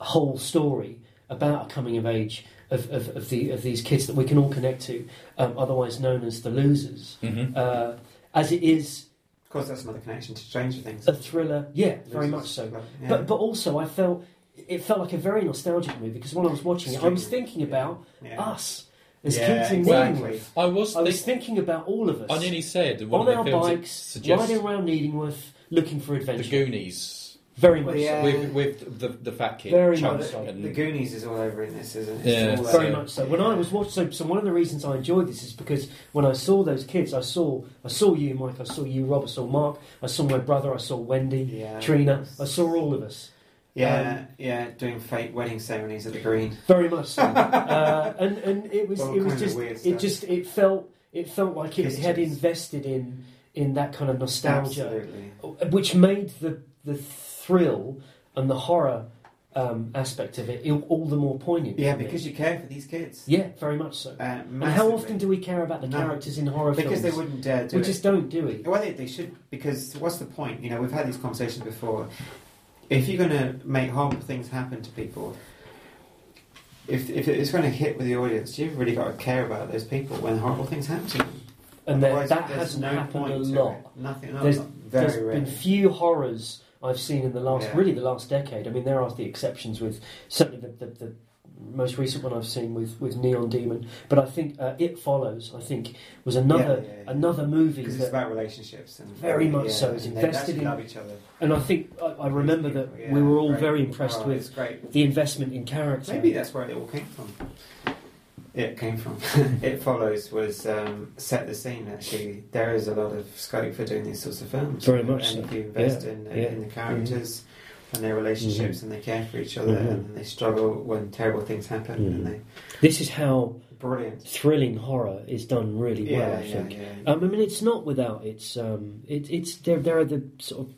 whole story about a coming of age. Of, of, of, the, of these kids that we can all connect to, um, otherwise known as the losers,
Mm-hmm.
uh, as it is
Of course, that's another connection to Stranger Things.
a thriller. Yeah, very much so.
Yeah.
But but also I felt it felt like a very nostalgic movie because when I was watching it, I was thinking about
Yeah.
us as
Yeah,
kids in
exactly.
Needingworth.
I was.
I was
thi-
thinking about all of us
I nearly said one
on
of
our
the films that
bikes,
suggests
riding around Needingworth, looking for
the
adventure.
Goonies
Very much
Yeah.
with, with the, the fat kid.
Very
Chunk
much so.
and-
The Goonies is all over in this, isn't it?
Yeah.
It's all um,
so. Very
over.
much so. When I was watching, so, so one of the reasons I enjoyed this is because when I saw those kids, I saw I saw you, Mike. I saw you, Rob. I saw Mark. I saw my brother. I saw Wendy,
Yeah.
Trina. I saw all um, of us.
Yeah, yeah, doing fake wedding ceremonies at the Green.
Very much so. uh, and and it was
All
it was
kinds of
just
weird
it
stuff.
just it felt it felt like it
Pictures.
had invested in in that kind of nostalgia,
Absolutely.
which made the the thrill and the horror um, aspect of it all- all the more poignant.
Yeah,
for me.
because you care for these kids.
yeah, very much so.
Uh,
And how often do we care about the
No,
characters in horror
Because
films?
they wouldn't dare do
we
it.
just don't do it.
Well, they, they should, because what's the point? You know, we've had these conversations before. If you're going to make harmful things happen to people, if, if it's going to hit with the audience, you've really got to care about those people when horrible things happen to them.
And that,
Otherwise,
that
there's
hasn't
no
happened
point
a
to
lot.
it. Nothing.
There's-
There's, very
There's
rarely.
been few horrors I've seen in the last,
Yeah.
really the last decade. I mean, there are the exceptions with certainly the, the, the most recent one I've seen with, with Neon Demon, but I think uh, It Follows. I think was another
Yeah, yeah, yeah.
another movie
Because it's
that,
about relationships and
Very much
yeah,
so. It's
and they actually
invested in-
love each other.
and I think I, I remember that
Yeah,
we were all
great.
very impressed
Oh,
with
It's great.
the investment in character.
Maybe that's where it all came from. It came from. it follows was um, set the scene. Actually, there is a lot of scope for doing these sorts of films.
Very much
And
so.
if you invest in,
yeah. Mm-hmm.
in the characters and their relationships, and they care for each other,
Mhm.
and they struggle when terrible things happen, and
Mhm.
they
This is how
brilliant.
thrilling horror is done really well.
yeah,
I
yeah,
think.
yeah.
Um, I mean, it's not without its. Um, it, it's there. There are the sort of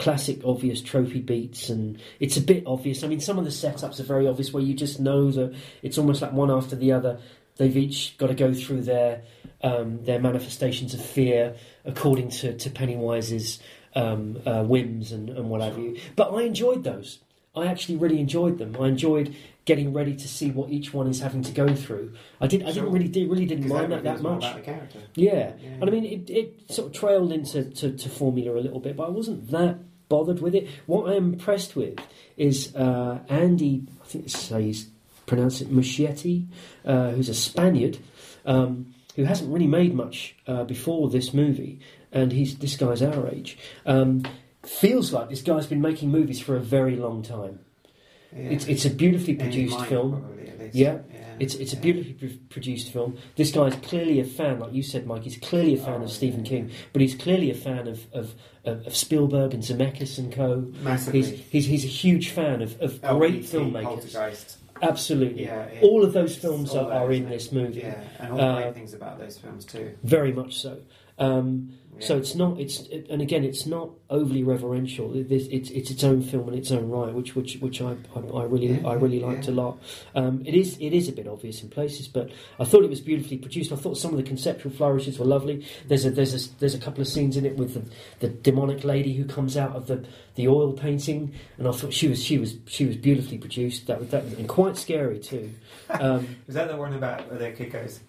classic, obvious trophy beats, and it's a bit obvious. I mean, some of the setups are very obvious, where you just know that it's almost like one after the other. They've each got to go through their um, their manifestations of fear according to, to Pennywise's um, uh, whims and, and what have you. But I enjoyed those. I actually really enjoyed them. I enjoyed getting ready to see what each one is having to go through. I did. I
Sure.
didn't really, do, really didn't
'Cause
mind that
really
that
is all
much.
About the character.
Yeah.
Yeah.
And I mean, it, it sort of trailed into to, to formula a little bit, but I wasn't that bothered with it. What I am impressed with is uh, Andy, I think it's how you pronounce it, Muschietti, uh, who's a Spaniard, um, who hasn't really made much uh, before this movie, and he's this guy's our age. Um, feels like this guy's been making movies for a very long time.
Yeah.
It's, it's a beautifully
And in
produced
mind,
film.
probably, at least.
Yeah.
yeah.
It's it's a
yeah.
beautifully pr- produced film. This guy is clearly a fan, like you said, Mike. He's clearly a fan
Oh,
of Stephen
yeah.
King, but he's clearly a fan of of, of, of Spielberg and Zemeckis and co.
Massively.
He's he's, he's a huge fan of, of great
LGBT,
filmmakers.
Poltergeist.
Absolutely,
Yeah, yeah.
all of those films
All
are, are
those,
in
yeah.
this movie,
Yeah, and all the
Uh,
great things about those films too.
very much so. Um,
Yeah.
So it's not it's it, and again it's not overly reverential. It, it's, it's it's its own film in its own right, which which which I I, I really
Yeah,
I really liked
yeah.
a lot. Um, it is it is a bit obvious in places, but I thought it was beautifully produced. I thought some of the conceptual flourishes were lovely. There's a there's a there's a couple of scenes in it with the, the demonic lady who comes out of the, the oil painting, and I thought she was she was she was beautifully produced. That was- that was- and quite scary too. Um,
was that the one about where the kid goes?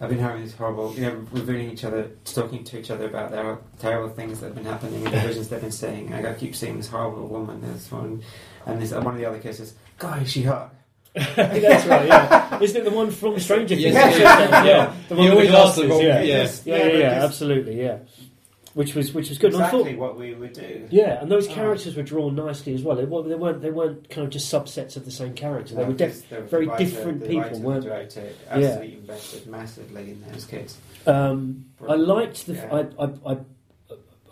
I've been having this horrible, you know, revealing each other, talking to each other about their terrible things that have been happening and the visions they've been seeing. And I go, keep seeing this horrible woman, this one, and this one of the other kids says, "God, is she hot?"
that's right. Yeah, isn't it the one from Stranger Things?
Yes, yes, yes, yeah.
The one
You
with the
always ask the
glasses,
wrong-
yeah.
yeah.
yeah, yeah, yeah,
because
absolutely, yeah. Which was which was good.
Exactly
And I thought,
what we would do.
yeah, and those
Ah.
characters were drawn nicely as well. They, wa- they weren't they weren't kind of just subsets of the same character. They were def-
They were
very
divided,
different
the
people,
writer, the
weren't they?
director, absolutely invested massively in those kids.
um, I liked the.
Yeah.
I, I, I,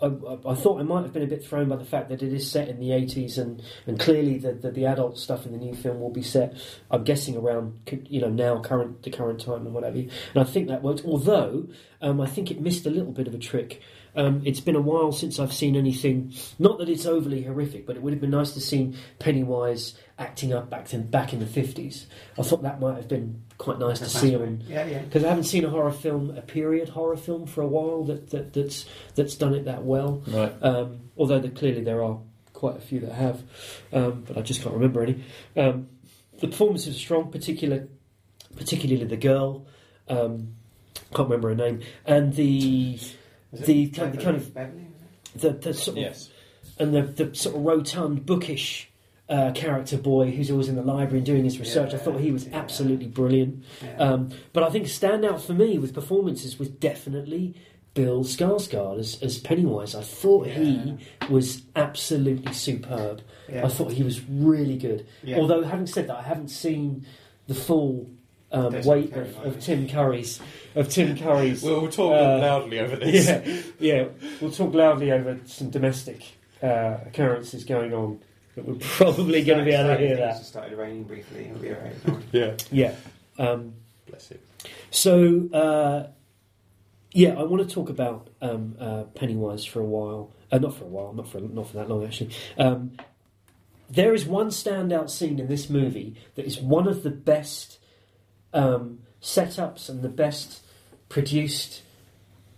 I, I- I thought I might have been a bit thrown by the fact that it is set in the 80s, and, and clearly the, the, the adult stuff in the new film will be set, I'm guessing, around you know now current the current time and whatever. And I think that worked. Although um, I think it missed a little bit of a trick Um, it's been a while since I've seen anything. Not that it's overly horrific, but it would have been nice to see Pennywise acting up back in back in the fifties. I thought that might have been quite nice to see on
Yeah, yeah.
because I haven't seen a horror film, a period horror film, for a while that, that that's that's done it that well.
Right.
Um, although there, clearly there are quite a few that have, um, but I just can't remember any. Um, the performances are strong, particular, particularly the girl. Um, can't remember her name, and the
Was it
The kind- the kind of-
Beverly?
the, the sort of
Yes.
and the, the sort of rotund, bookish uh, character boy who's always in the library and doing his research. I thought he was
Yeah.
absolutely brilliant.
Yeah.
Um, but I think standout for me with performances was definitely Bill Skarsgård as, as Pennywise. I thought he was absolutely superb.
Yeah.
I thought he was really good.
Yeah.
Although, having said that, I haven't seen the full um,
There's
weight
Curry,
of,
right?
of Tim Curry's of Tim Curry's.
We'll, we'll talk
Uh,
loudly over this.
yeah, yeah. We'll talk loudly over some domestic uh, occurrences going on. But we're probably going to be able to
Sorry,
hear
sorry,
that.
It's started raining briefly. It'll be all right. Don't worry.
Yeah.
Yeah. Um,
Bless it.
So, uh, yeah, I want to talk about um, uh, Pennywise for a while. Uh, not for a while, not for not for that long actually. Um, there is one standout scene in this movie that is one of the best um, setups and the best produced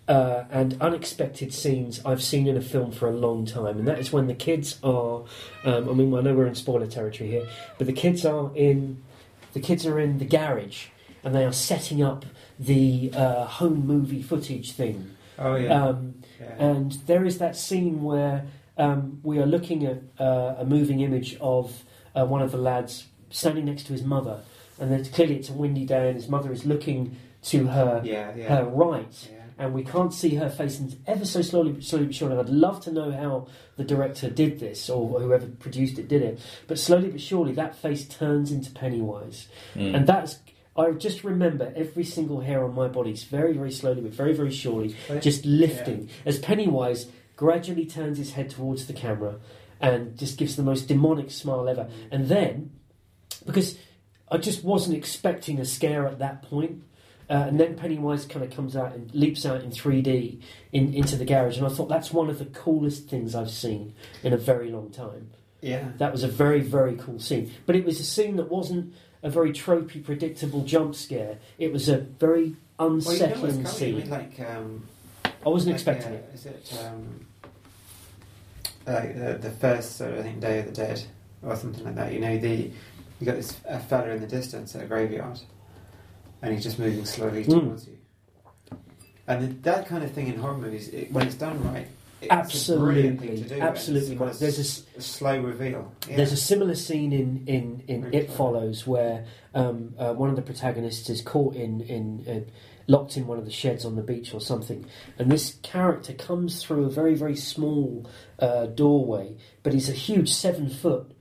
uh, and unexpected scenes I've seen in a film for a long time, and that is when the kids are. Um, I mean, I know we're in spoiler territory here, but the kids are in the kids are in the garage and they are setting up the uh, home movie footage thing.
Oh yeah.
Um,
yeah.
and there is that scene where um, we are looking at uh, a moving image of uh, one of the lads standing next to his mother, and there's, clearly it's a windy day, and his mother is looking to her
yeah, yeah.
her right,
yeah.
and we can't see her face, and it's ever so slowly, but slowly but surely. And I'd love to know how the director did this, or whoever produced it did it. But slowly but surely, that face turns into Pennywise.
Mm.
Mm.
And that's I just remember every single hair on my body, very, very slowly, but very, very surely,
But it-
just lifting as Pennywise gradually turns his head towards the camera and just gives the most demonic smile ever. And then, because I just wasn't expecting a scare at that point, uh, and then Pennywise kind of comes out and leaps out in 3D in, into the garage, and I thought that's one of the coolest things I've seen in a very long time.
yeah.
That was a very, very cool scene. But it was a scene that wasn't a very tropey, predictable jump scare. It was a very
Well, you know
unsettling
what's coming. I mean,
scene.
like, um,
I wasn't
like,
expecting
uh,
it.
Is it um, like the, the first sort of I think Day of the Dead or something like that? You know, the you got this a fella in the distance at a graveyard, and he's just moving slowly
Mm.
towards you. And th- that kind of thing in horror movies, it, when it's done right, it's a brilliant thing
Absolutely,
to do. and
absolutely.
it's quite
Mike. There's a s-
a slow reveal. Yeah.
there's a similar scene in in, in
Very
It
slow.
Follows where um, uh, one of the protagonists is caught in in uh, locked in one of the sheds on the beach or something, and this character comes through a very very small uh, doorway, but he's a huge seven foot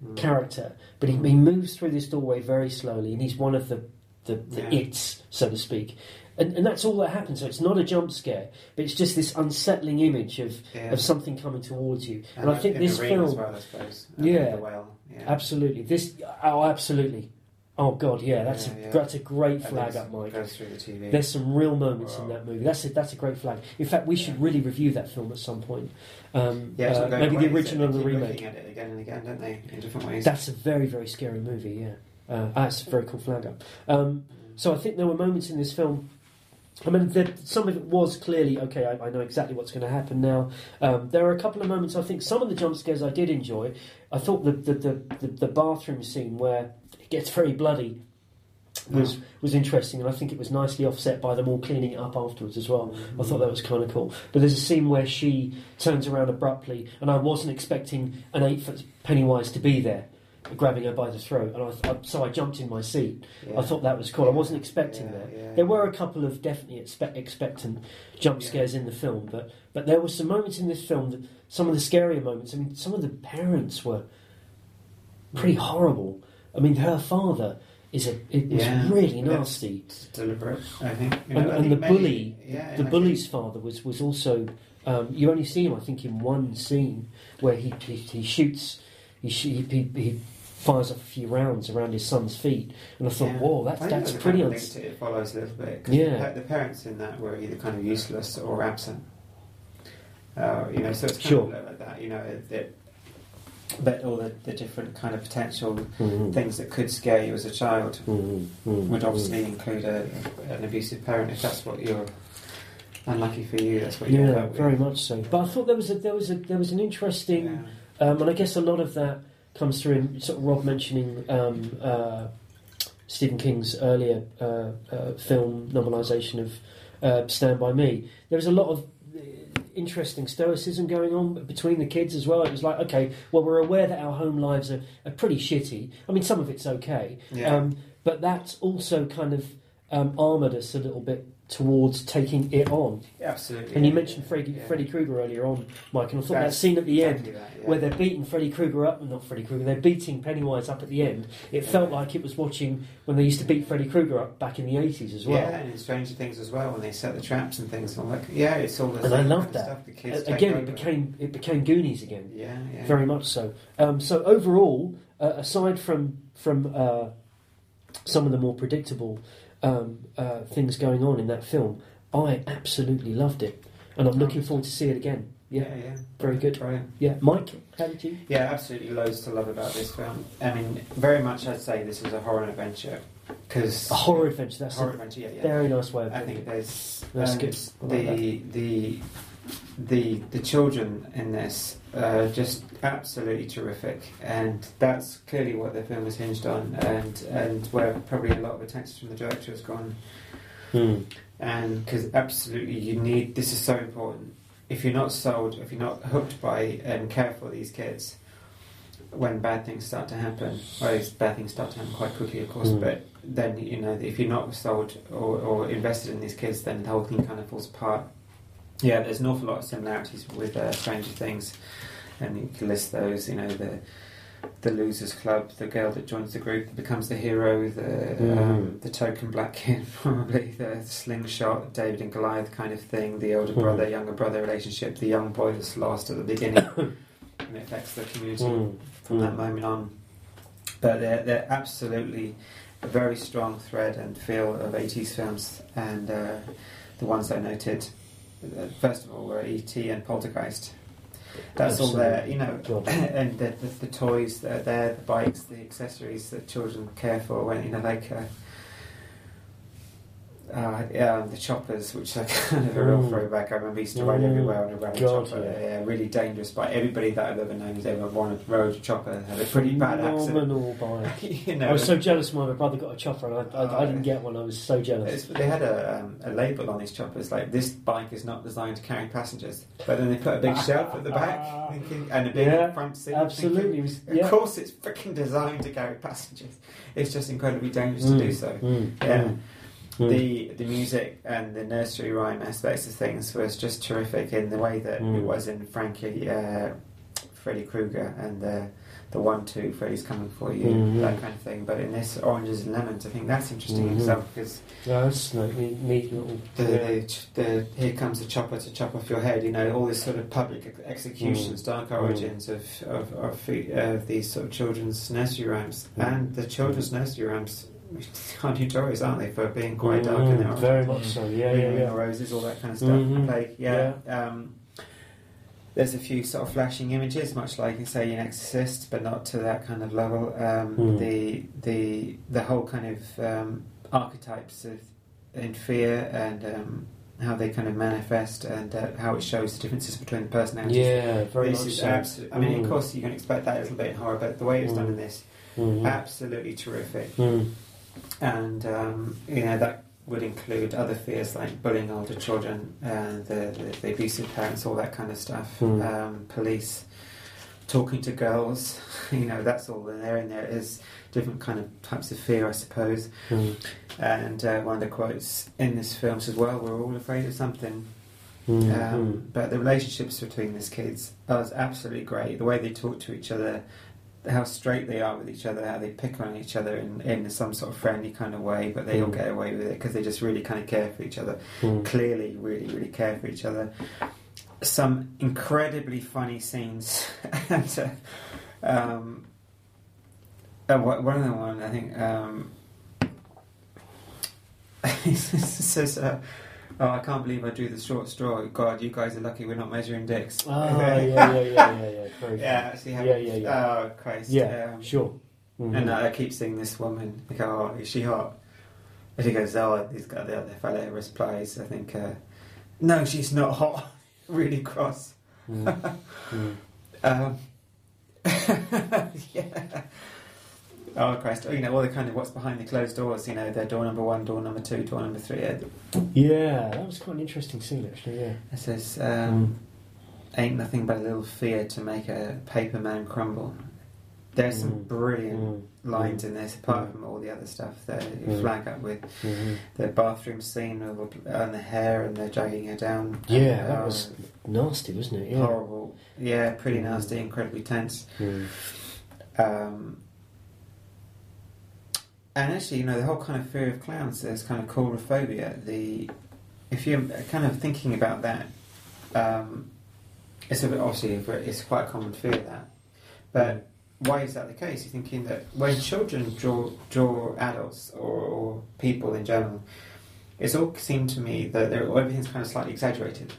Mm.
character, but he, he
Hmm.
moves through this doorway very slowly, and he's one of the the, the
Yeah.
its, so to speak. And, and that's all that happens. So it's not a jump scare, but it's just this unsettling image of,
yeah.
of something coming towards you. And,
And
I think
in the
this
ring
film,
as well, I suppose. And
Yeah.
the whale, yeah.
absolutely, this oh absolutely, oh god, yeah, that's
Yeah,
a
yeah.
that's a great
And
flag
it's-
up, Mike.
Goes through the TV.
There's some real moments in
Wow.
that movie. That's a, that's a great flag. In fact, we should
Yeah.
really review that film at some point. Um,
Yeah, it's
uh,
not going
maybe
away,
the
is it?
original and
They
the
keep
remake.
looking at it again and again, don't they? In different ways.
That's a very, very scary movie, yeah. Uh, that's a very cool flag up. Um, so I think there were moments in this film. I mean, there, some of it was clearly okay. I, I know exactly what's going to happen now. Um, there are a couple of moments. I think some of the jump scares I did enjoy. I thought the the, the, the, the bathroom scene where it gets very bloody was was interesting, and I think it was nicely offset by them all cleaning it up afterwards as well. I thought that was kind of cool. But there's a scene where she turns around abruptly, and I wasn't expecting an eight foot Pennywise to be there, grabbing her by the throat. And I, I, so I jumped in my seat.
Yeah.
I thought that was cool. I wasn't expecting
Yeah,
that.
yeah, yeah.
There were a couple of definitely expe- expectant jump
Yeah.
scares in the film, but but there were some moments in this film that some of the scarier moments. I mean, some of the parents were pretty
Mm.
horrible. I mean, her father is a it was
Yeah.
really
Yeah.
nasty
It's deliberate, I think. You
and,
I
and
think
the
maybe-
bully,
yeah,
the
and I
bully's father was was also. Um, you only see him, I think, in one scene where he he, he shoots, he, sh- he he he fires off a few rounds around his son's feet, and I
think-
thought, whoa, that's
I think
that's
that
pretty.
kind of
Uns-
linked to it follows a little bit. 'cause
Yeah.
the, pa- the parents in that were either kind of useless or absent. Uh, you know, so it's kind
Sure.
of like that. You know, it, it, but all the, the different kind of potential
Mhm.
things that could scare you as a child
Mhm. Mhm.
would obviously include a, an abusive parent if that's what you're. Unlucky for you, that's what you're
Yeah, very much so. But I thought there was a there was a there was an interesting,
Yeah.
um, and I guess a lot of that comes through in sort of Rob mentioning um, uh, Stephen King's earlier uh, uh, film novelisation of uh, Stand by Me. There was a lot of uh, interesting stoicism going on between the kids as well. It was like, okay, well, we're aware that our home lives are, are pretty shitty. I mean, some of it's okay,
Yeah.
um, but that's also kind of um, armoured us a little bit towards taking it on.
Absolutely.
And you
yeah,
mentioned
yeah,
Freddy,
yeah.
Freddy Krueger earlier on, Mike, and I thought that
That's
scene at the end
Exactly that, yeah.
where they're beating Freddy Krueger up, not Freddy Krueger, they're beating Pennywise up at the end. It felt like it was watching when they used to beat Freddy Krueger up back in the 80s as well.
Yeah, and in Stranger Things as well, when they set the traps and things and all that. Yeah, it's all the
And I
same
love
kind of
that.
Stuff the kids
A-
take
Again, it
over.
became, it became Goonies again,
Yeah, yeah.
very much so. Um, so, overall, uh, aside from, from uh, some of the more predictable um, uh, things going on in that film, I absolutely loved it. And I'm looking forward to see it again. Yeah,
yeah, yeah.
very good.
Brilliant.
Yeah, Mike, how did you?
Yeah, absolutely loads to love about this film. I mean, very much I'd say this is a horror adventure. Because.
A horror adventure. That's
horror
a
adventure, yeah, yeah.
very nice way of
I
putting
think
it.
there's
That's
um,
good. I like
the the the the children in this are just absolutely terrific, and that's clearly what the film is hinged on, and and where probably a lot of attention from the director has gone, and because absolutely you need this is so important. If you're not sold, if you're not hooked by and care for these kids, when bad things start to happen, well, it's- bad things start to happen quite quickly, of course,
Mm.
but then, you know, if you're not sold or, or invested in these kids, then the whole thing kind of falls apart. Yeah, there's an awful lot of similarities with uh, Stranger Things, and you can list those, you know, the the Losers Club, the girl that joins the group that becomes the hero, the um,
Mm.
the token black kid, probably, the slingshot, David and Goliath kind of thing, the older
Mm.
brother, younger brother relationship, the young boy that's lost at the beginning, and it affects the
Hmm.
community
Mm.
from that moment on. But they're, they're absolutely a very strong thread and feel of 80s films, and uh, the ones I noted, uh, first of all, were E.T. and Poltergeist. That's all there, you know. and the, the, the toys that are there, the bikes, the accessories that children care for, when you know, like uh, uh, yeah, the choppers, which are kind of a real
Mm.
throwback. I remember used to ride
Mm.
everywhere on a rally
God,
chopper.
yeah.
Yeah. really dangerous. But everybody that I've ever known who's ever won a road chopper had a pretty bad accident.
Phenomenal bike.
you
I
know,
was so jealous when my brother got a chopper and I, I, I didn't get one. I was so jealous.
It's- they had a, um, a label on these choppers like this bike is not designed to carry passengers, but then they put a big shelf at the back thinking, and a big
Ah. Yeah,
front seat. thinking,
Absolutely. it was-
Of
yeah.
course, it's freaking designed to carry passengers. It's just incredibly dangerous to do so.
Mm.
Yeah.
Mm.
The the music and the nursery rhyme aspects of things was just terrific in the way that
Mm.
it was in Frankie, uh, Freddy Krueger, and the the one two Freddy's coming for you,
Mhm.
that kind of thing. But in this oranges and lemons, I think that's interesting in
Mhm.
itself because
That's like neat, neat little.
the, the, ch- the here comes the chopper to chop off your head. You know all this sort of public ex-
Mm.
executions, dark origins of of, of, the- of these sort of children's nursery rhymes
Mm.
and the children's nursery rhymes are notorious, aren't they, for being quite dark
Mm,
in their
Very much so. Yeah, yeah,
Moonlight
yeah.
roses, all that kind of stuff.
Mhm.
Like yeah. Um, there's a few sort of flashing images, much like in say in Exorcist, but not to that kind of level. Um,
Mm.
The the the whole kind of um, archetypes of in fear and um, how they kind of manifest and uh, how it shows the differences between the personalities.
Yeah, very
this
much
is
so.
absolutely. I mean,
Mm.
of course, you can expect that a little bit in horror, but the way it's done
Mm.
in this,
Mhm.
absolutely terrific
Mm.
and um, you know that would include other fears like bullying older children, uh, the, the, the abusive parents, all that kind of stuff,
Hmm.
um, police, talking to girls, you know that's all in there. And there is different kind of types of fear, I suppose.
Mm.
And uh, one of the quotes in this film says, "Well, we're all afraid of something."
Mm.
Um, but the relationships between these kids are absolutely great. The way they talk to each other, how straight they are with each other, how they pick on each other in, in some sort of friendly kind of way, but they all
Mm.
get away with it because they just really kind of care for each other.
Mm.
Clearly, really, really care for each other. Some incredibly funny scenes. and, uh, um, uh, one one of the one I think um, this is uh, Oh, I can't believe I drew the short straw. God, you guys are lucky we're not measuring dicks.
Oh, yeah, yeah, yeah, yeah, yeah. Very
Yeah, actually
Yeah,
happened.
yeah, yeah.
Oh, Christ.
Yeah,
Um,
sure. Mhm.
And uh, I keep seeing this woman. Like, oh, is she hot? And she goes, oh, he's got the other fellow replies. I think, uh, no, she's not hot. really cross.
Mm. Mm.
Um, yeah. Oh Christ! Oh, you know all the kind of what's behind the closed doors. You know, their door number one, door number two, door number three. It
Yeah, that was quite an interesting scene, actually. Yeah.
it says, um,
Mm.
"Ain't nothing but a little fear to make a paper man crumble." There's some
Mm.
brilliant
Mm.
lines in this, apart
Mm.
from all the other stuff that you
Mm.
flag up with
Mhm.
the bathroom scene with the- and the hair and the dragging her down.
Yeah, that
Oh,
was nasty, wasn't it? Yeah.
horrible. Yeah, pretty
Mm.
nasty, incredibly tense.
Mm.
Um, and actually, you know, the whole kind of fear of clowns, there's kind of chorophobia. The if you're kind of thinking about that, um, it's a bit, obviously a very- it's quite a common fear that. But why is that the case? You're thinking that when children draw draw adults or, or people in general, it's all seemed to me that they're- everything's kind of slightly exaggerated.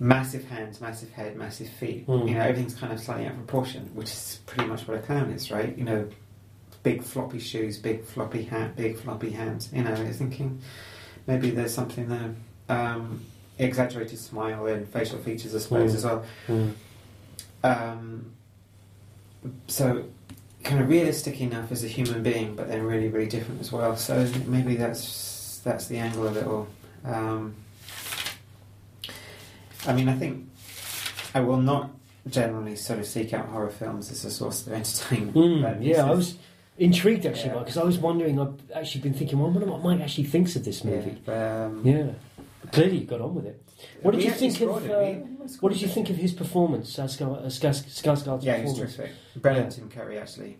Massive hands, massive head, massive feet.
Mm.
You know, everything's kind of slightly out of proportion, which is pretty much what a clown is, right? You know, big floppy shoes, big floppy hat, big floppy hands. You know, you're thinking maybe there's something there. Um, exaggerated smile and facial features, I suppose,
Mm.
as well.
Mm.
Um, so, kind of realistic enough as a human being, but then really, really different as well. So maybe that's that's the angle of it all. Um, I mean, I think I will not generally sort of seek out horror films as a source of entertainment.
Mm,
but
yeah, I
this is-
was intrigued actually
Yeah.
because I was wondering. I've actually been thinking, well, I wonder what Mike actually thinks of this movie.
Yeah, um,
Yeah, clearly you got on with it. What did
we
you
actually
think of,
scored it,
uh,
we- we
What
scored
did you
it.
think of his performance, uh, Skarsgård's Skarsgård's
Yeah, he was
performance?
terrific. Brilliant
Yeah.
Tim Curry actually.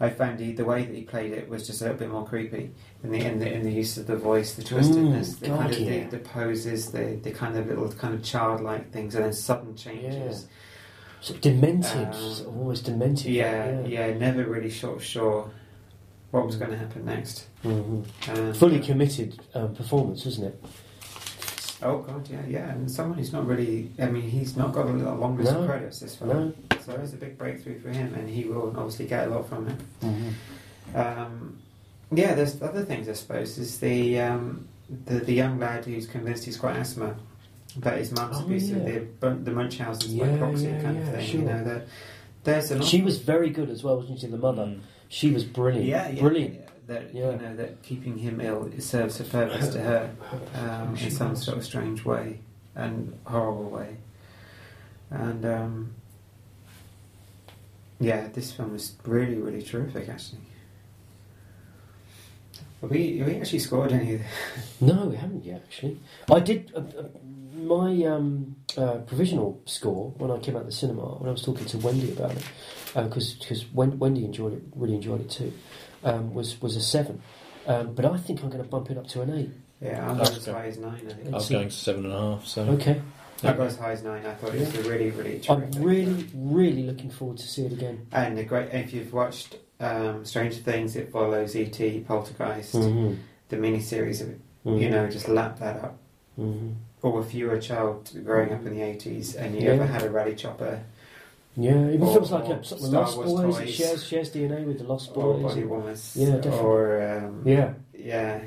I found he, the way that he played it was just a little bit more creepy in the in the, in the use of the voice, the twistedness, the
God,
kind of
yeah.
the, the poses, the, the kind of little kind of childlike things, and then sudden changes.
Sort of demented,
Um,
sort of almost demented.
Yeah, yeah, never really sure sure what was going to happen next.
Mhm.
And,
Fully
uh,
committed um, performance, wasn't it?
Oh god, yeah, yeah, and someone who's not really. I mean, he's not got a lot of long list
No.
of credits this far,
No.
so it's a big breakthrough for him, and he will obviously get a lot from it.
Mhm.
Mm-hmm. Um, yeah, there's other things I suppose. Is the, um, the the young lad who's convinced he's got asthma, but his mum's
Oh,
abusive,
yeah.
the the the Munchausen's by
Yeah,
proxy
yeah,
kind
yeah,
of thing.
sure.
You know, that there's an
She was very good as well, wasn't she? The mother,
Mm.
she was brilliant.
yeah, yeah,
brilliant.
That
Yeah.
you know that keeping him ill serves a purpose to her um, in some sort of strange way and horrible way. And um, yeah, this film was really, really terrific. Actually, have we have we actually scored any? Of
No, we haven't yet. Actually, I did uh, uh, my um, uh, provisional score when I came out of the cinema. When I was talking to Wendy about it, because because Wen- Wendy enjoyed it, really enjoyed it too. Um, was was a seven, um, but I think I'm going to bump it up to an eight.
yeah, I got as high as nine. I
I
think
was going to seven and a half, so
Okay,
I got as high as nine. I thought it was a really, really
I'm
terrific.
really really looking forward to see it again.
and the great. If you've watched um, Stranger Things, it follows E.T., Poltergeist,
Mm.
the miniseries. Of,
Mm-hmm.
You know, just lap that up.
hmm
Or if you were a child growing up in the 80s and you
Yeah.
ever had a rally chopper
Yeah, it
Or-
feels like a,
or
sort of
Oh, Star
Lost
Wars
Boys. It
toys. Oh,
shares shares DNA with the Lost
or
Boys.
body
and-
warmers
Yeah, definitely.
or um,
yeah,
yeah,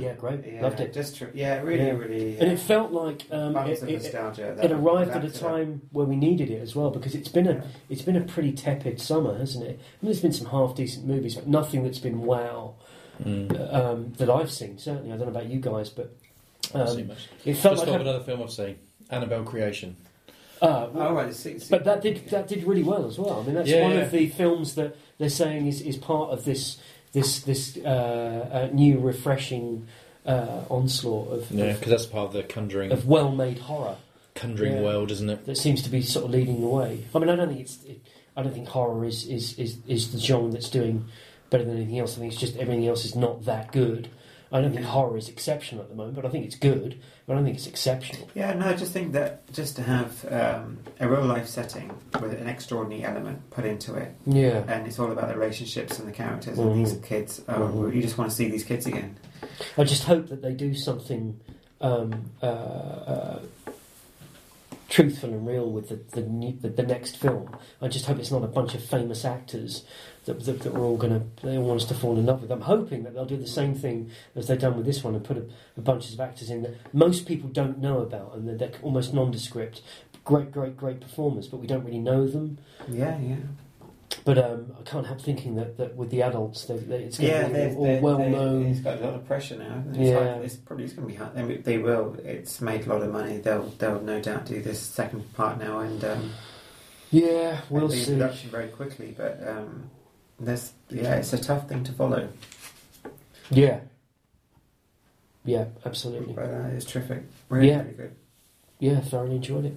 yeah, great,
yeah,
loved it.
Just tr- yeah, really,
Yeah.
really.
And it felt like um,
bums
it,
of
it,
nostalgia. that-
It arrived at a
that-
time where we needed it as well because it's been a it's been a pretty tepid summer, hasn't it? I mean, there's been some half decent movies, but nothing that's been wow
Mm.
um, that I've seen. Certainly, I don't know about you guys, but
I haven't seen
um,
much.
it felt
Just thought of
like.
another film I've seen, Annabelle Creation.
A, uh,
Oh, right, the six,
but that did that did really well as well. I mean, that's
Yeah,
one
yeah.
of the films that they're saying is, is part of this this this uh, uh, new refreshing uh, onslaught of
Yeah,
of,
because that's part of the Conjuring
of well made horror.
Conjuring
yeah.
world, isn't it?
that seems to be sort of leading the way. I mean, I don't think it's, it, I don't think horror is, is, is, is the genre that's doing better than anything else. I think it's just everything else is not that good. I don't think horror is exceptional at the moment, but I think it's good. But I don't think it's exceptional.
Yeah, no, I just think that just to have um, a real life setting with an extraordinary element put into it,
Yeah,
and it's all about the relationships and the characters
Mhm.
and these kids. Oh,
Mhm.
You just want to see these kids again.
I just hope that they do something um, uh, uh, truthful and real with the the, new, the the next film. I just hope it's not a bunch of famous actors that that, that we're all gonna they all want us to fall in love with. I'm hoping that they'll do the same thing as they've done with this one and put a, a bunches of actors in that most people don't know about and that they're almost nondescript. Great, great, great performers, but we don't really know them.
Yeah, yeah.
But um, I can't help thinking that, that with the adults, they, they, it's going
yeah,
to
they're-
be all
they're-
well
they're-
known.
It's got a lot of pressure now. It's yeah,
Yeah.
like, it's probably it's going to be hard. I mean, they will. It's made a lot of money. They'll they'll no doubt do this second part now and um,
Yeah, we'll
the
see.
introduction very quickly. But um, this yeah, it's a tough thing to follow.
Yeah, yeah, absolutely.
But uh, it's terrific. Really,
Yeah.
really good.
Yeah, thoroughly enjoyed it.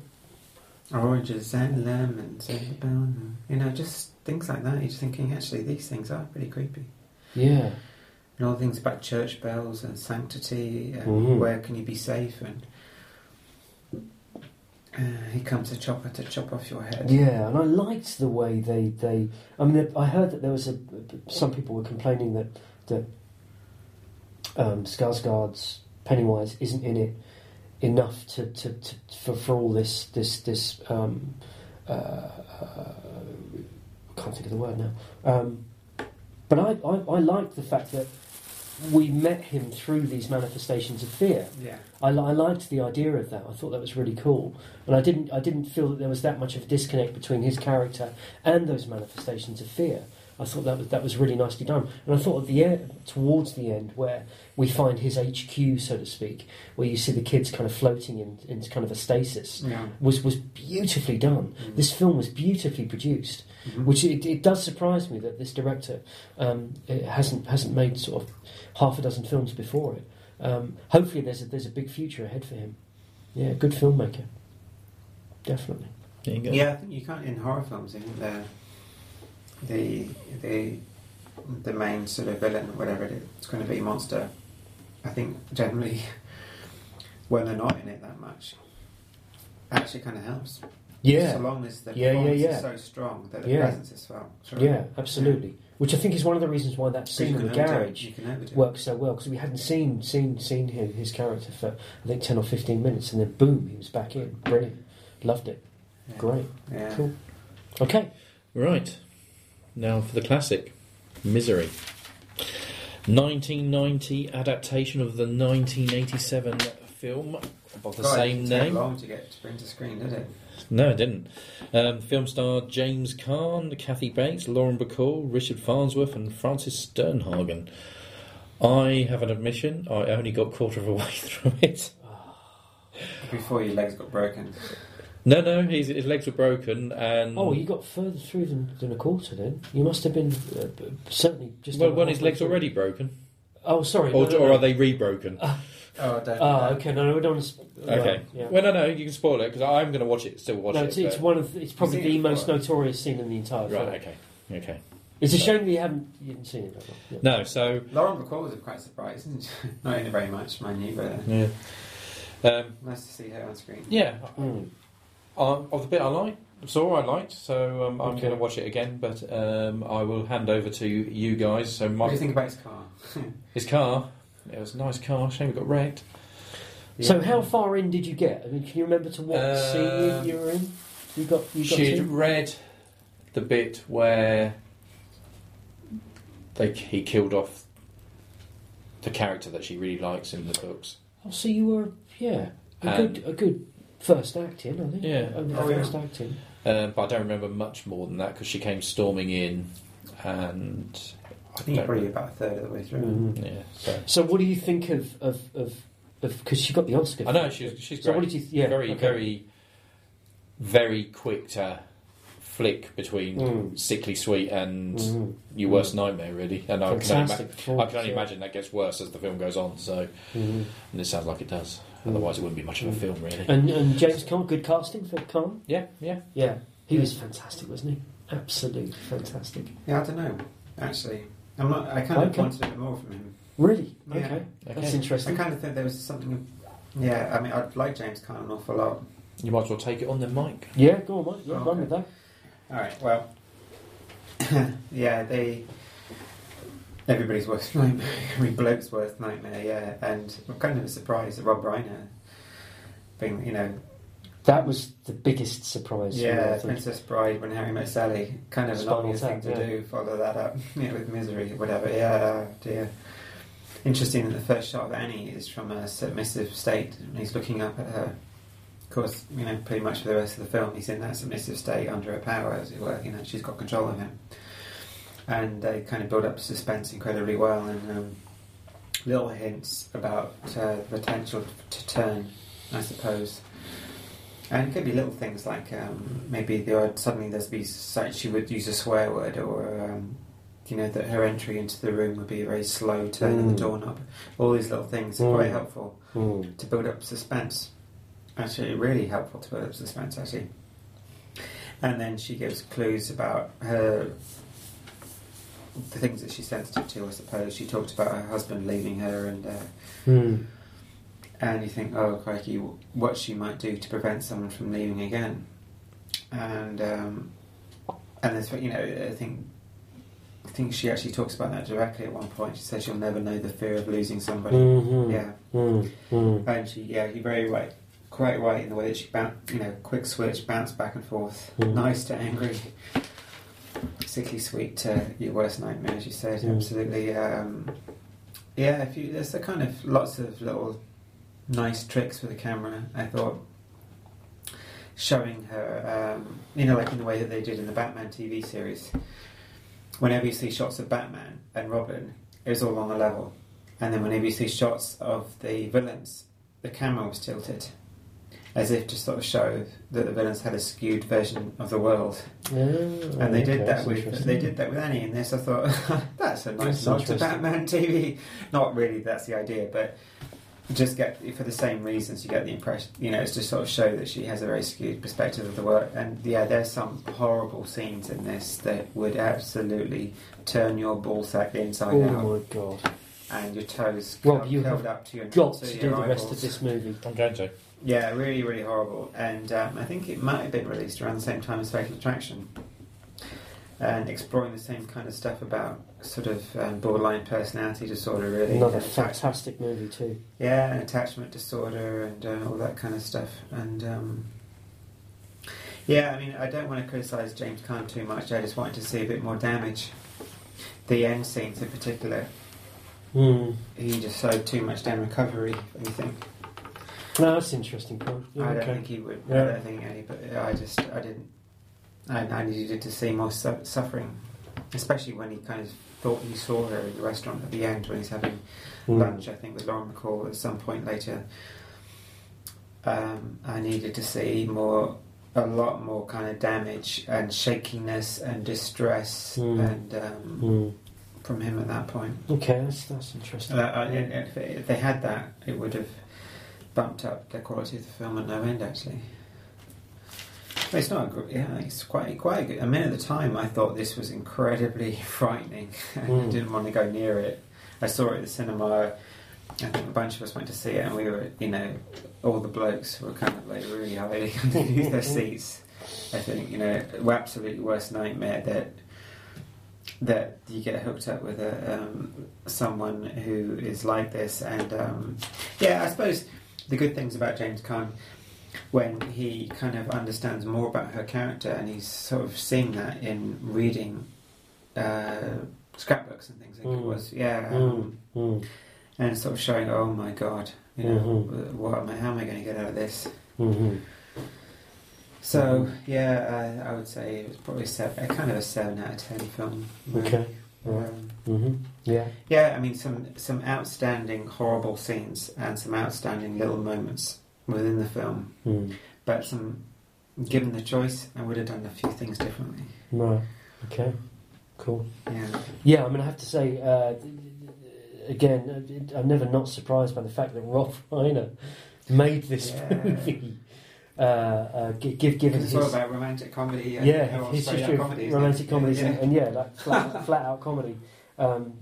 Oranges and lemons and the bell- you know, just things like that. You're just thinking, actually, these things are pretty creepy.
Yeah,
And all things about church bells and sanctity and
Mhm.
where can you be safe and uh, he comes a chopper to chop off your head.
yeah, and I liked the way they they. I mean, I heard that there was a. Some people were complaining that that um, Skarsgård's Pennywise isn't in it enough to, to, to for for all this this this. Um, uh, uh, I can't think of the word now. Um, but I, I, I liked the fact that we met him through these manifestations of fear.
Yeah.
I, li- I liked the idea of that. I thought that was really cool, and I didn't. I didn't feel that there was that much of a disconnect between his character and those manifestations of fear. I thought that was that was really nicely done, and I thought at the end, towards the end, where we find his HQ, so to speak, where you see the kids kind of floating in, in kind of a stasis,
Yeah.
was was beautifully done.
Mm.
This film was beautifully produced
Mhm.
which it, it does surprise me that this director um, it hasn't hasn't made sort of half a dozen films before it. Um, hopefully, there's a, there's a big future ahead for him. Yeah, good filmmaker, definitely.
There you go.
Yeah, I think you can't in horror films. I think the the the the main sort of villain, whatever it is, it's going to be monster. I think generally when they're not in it that much, actually kind of helps. so
Yeah,
long as the
Yeah, yeah,
performance
yeah.
is so strong that the
Yeah.
presence is well. strong.
yeah, absolutely. Which I think is one of the reasons why that
So you can
scene in the
overdo it,
garage
You can overdo it.
worked so well because we hadn't seen seen seen him his character for I think ten or fifteen minutes, and then boom, he was back in. Brilliant, loved it.
Yeah.
Great,
Yeah.
cool. Okay.
Right. Now for the classic Misery. 1990 adaptation of the 1987 film of the
God,
same
it didn't take
name.
long to get to bring to screen, did it?
No, it didn't. Um, the film starred James Caan, Kathy Bates, Lauren Bacall, Richard Farnsworth, and Francis Sternhagen. I have an admission. I only got quarter of a way through it.
Before your legs got broken.
No, no, his, his legs were broken, and
Oh, you got further through than, than a quarter then. You must have been uh, b- certainly just.
well,
over
well, his
halfway
legs
through.
already broken,
Oh, sorry.
or,
no, no,
or
no. Uh,
are they re-broken?
Oh, don't.
Ah, okay. No, no, we don't. want to sp-
Okay.
no, yeah.
Well, no, no, you can spoil it because I'm going to watch it. Still watch
no,
it.
it's, it's
but-
one of the- it's probably
You've seen
the
it
most
before.
notorious scene in the entire film.
right. Okay. Okay.
It's a shame that you haven't you haven't seen it. that one. Yeah.
No. So.
Lauren McCall was quite surprised, isn't she? Not in it very much, mind you, but uh,
Yeah. Um,
nice to see her on screen.
yeah.
Mm.
Um, of the bit I liked, it's all I liked. So um, I'm
Okay.
going to watch it again, but um, I will hand over to you guys. So
What do you
Mike,
think about his car?
his car. It was a nice car. Shame it got wrecked.
So
Yeah.
how far in did you get? I mean, can you remember to what
Um,
scene you, you were in? You got you got
She'd
to?
read the bit where they he killed off the character that she really likes in the books.
Oh, so you were yeah a
Um,
good a good first acting, I think.
Yeah.
Over the
Oh, yeah.
first acting.
Um, but I don't remember much more than that because she came storming in, and
I
don't-
think you're probably about a third of the way through.
Mhm.
yeah. So
So, what do you think of of of because she got the Oscar?
I know she's she's great.
So, what did you? Th- yeah,
very
okay.
very very quick to flick between
Mm.
sickly sweet and
Mhm.
your worst nightmare, really. And I can, only
fantastic.
ima- I can only imagine that gets worse as the film goes on. So
Mhm.
and it sounds like it does.
Mm.
Otherwise, it wouldn't be much of a
Mm.
film, really.
And and James Caan, good casting for Caan.
yeah, yeah.
Yeah, he was fantastic, wasn't he? Absolutely fantastic.
Yeah, I don't know. Actually, I'm not. I kind of
Okay.
wanted a bit more from him.
Really?
Yeah.
Okay, that's
Okay.
I
interesting.
kind of think there was something. Yeah, I mean, I'd like James Caan an awful lot.
You might as well take it on then, Mike.
Yeah, go on, Mike. Yeah,
Oh, Okay.
run with that.
All right. Well, yeah, they Everybody's worst nightmare. Every bloke's worst nightmare. Yeah, and I'm kind of surprised that Rob Reiner, being you know,
That was the biggest surprise. for me,
yeah,
I think.
Princess Bride when Harry met Sally, kind of an
Spinal
obvious
Tap,
thing to
yeah.
do. Follow that up yeah, with misery, whatever. Yeah, oh dear. Interesting that the first shot of Annie is from a submissive state, and he's looking up at her. Of course, you know, pretty much for the rest of the film, he's in that submissive state under her power, as it were. You know, she's got control of him, and they kind of build up suspense incredibly well, and um, little hints about uh, the potential to turn, I suppose. And it could be little things like um, maybe the odd, suddenly there's be such she would use a swear word, or um, you know that her entry into the room would be a very slow turn of
Mm.
the doorknob. All these little things are
Mm.
quite helpful
Hmm.
to build up suspense. Actually, really helpful to build up suspense. Actually, and then she gives clues about her the things that she's sensitive to. I suppose she talked about her husband leaving her and. Uh,
Hmm.
and you think, oh crikey, what she might do to prevent someone from leaving again, and um, and there's you know I think I think she actually talks about that directly at one point. She says she'll never know the fear of losing somebody.
Mhm.
Yeah,
Hmm. Hmm.
and she yeah you're very right, quite right in the way that she boun you know quick switch, bounce back and forth,
Mm.
nice to angry, sickly sweet to your worst nightmare. As you said,
Mm.
absolutely. Um, yeah, if you, there's the kind of lots of little nice tricks with the camera. I thought showing her, um, you know, like in the way that they did in the Batman TV series. Whenever you see shots of Batman and Robin, it was all on the level, and then whenever you see shots of the villains, the camera was tilted, as if to sort of show that the villains had a skewed version of the world.
Oh, Yeah,
And they
okay,
did
that's
that with
interesting.
they did that with Annie in this. I thought that's a nice
That's
nod to
interesting.
Batman TV. Not really, that's the idea, but just get for the same reasons you get the impression you know it's to sort of show that she has a very skewed perspective of the work. And yeah, there's some horrible scenes in this that would absolutely turn your ball sack inside out
Oh my god!
and your toes
Rob,
curled,
you
curled
have
up to your
Got
to
to
your
do the rest
eyeballs.
of this movie.
I'm going to.
Yeah, really, really horrible. And um, I think it might have been released around the same time as Fatal Attraction. And exploring the same kind of stuff about sort of um, borderline personality disorder, really.
Another
and attach-
fantastic movie too.
yeah, and attachment disorder and uh, all that kind of stuff. And um, yeah, I mean, I don't want to criticise James Caan too much. I just wanted to see a bit more damage. The end scenes in particular,
Hmm.
he just showed too much damn recovery, I think.
No, that's an interesting point. Yeah,
I don't
okay.
think he would. I
Yeah.
don't think any. But I just, I didn't. I, I needed to see more su- suffering, especially when he kind of thought he saw her in the restaurant at the end when he's having
Hmm.
lunch. I think with Lauren McCall at some point later. Um, I needed to see more, a lot more kind of damage and shakiness and distress
Hmm.
and um,
Hmm.
from him at that point.
Okay, that's that's interesting.
Uh, I- and if, if they had that, it would have bumped up the quality of the film at no end. Actually, But it's not. A, gr- yeah, it's quite quite good. I mean, at the time, I thought this was incredibly frightening. I
Mm.
didn't want to go near it. I saw it at the cinema. I think a bunch of us went to see it, and we were, you know, all the blokes were kind of like really hiding underneath their seats. I think, you know, our absolute worst nightmare that that you get hooked up with a um, someone who is like this, and um, yeah, I suppose the good things about James Caan when he kind of understands more about her character, and he's sort of seeing that in reading uh, scrapbooks and things. I think it
Mm.
was yeah, um,
Mm. Hmm.
and sort of showing, oh my god, you know,
Mhm.
what am I, how am I going to get out of this?
hmm
So
Mm-hmm.
yeah, I, I would say it was probably seven, a kind of a seven out of ten film.
Okay. Alright.
Um,
hmm Yeah.
Yeah, I mean some some outstanding horrible scenes and some outstanding little moments within the film.
Hmm.
But some, given the choice, I would have done a few things differently.
Right. Okay. Cool.
Yeah,
Yeah, I mean, I have to say, uh, again, uh, I'm never not surprised by the fact that Rob Reiner made this
Yeah.
movie. Uh, uh, gi- give, given
it's all
his,
about romantic comedy. And
yeah,
or
his
straight
history of
up comedy, isn't it?
romantic comedies
Yeah,
And, and yeah, like flat, flat out comedy, um,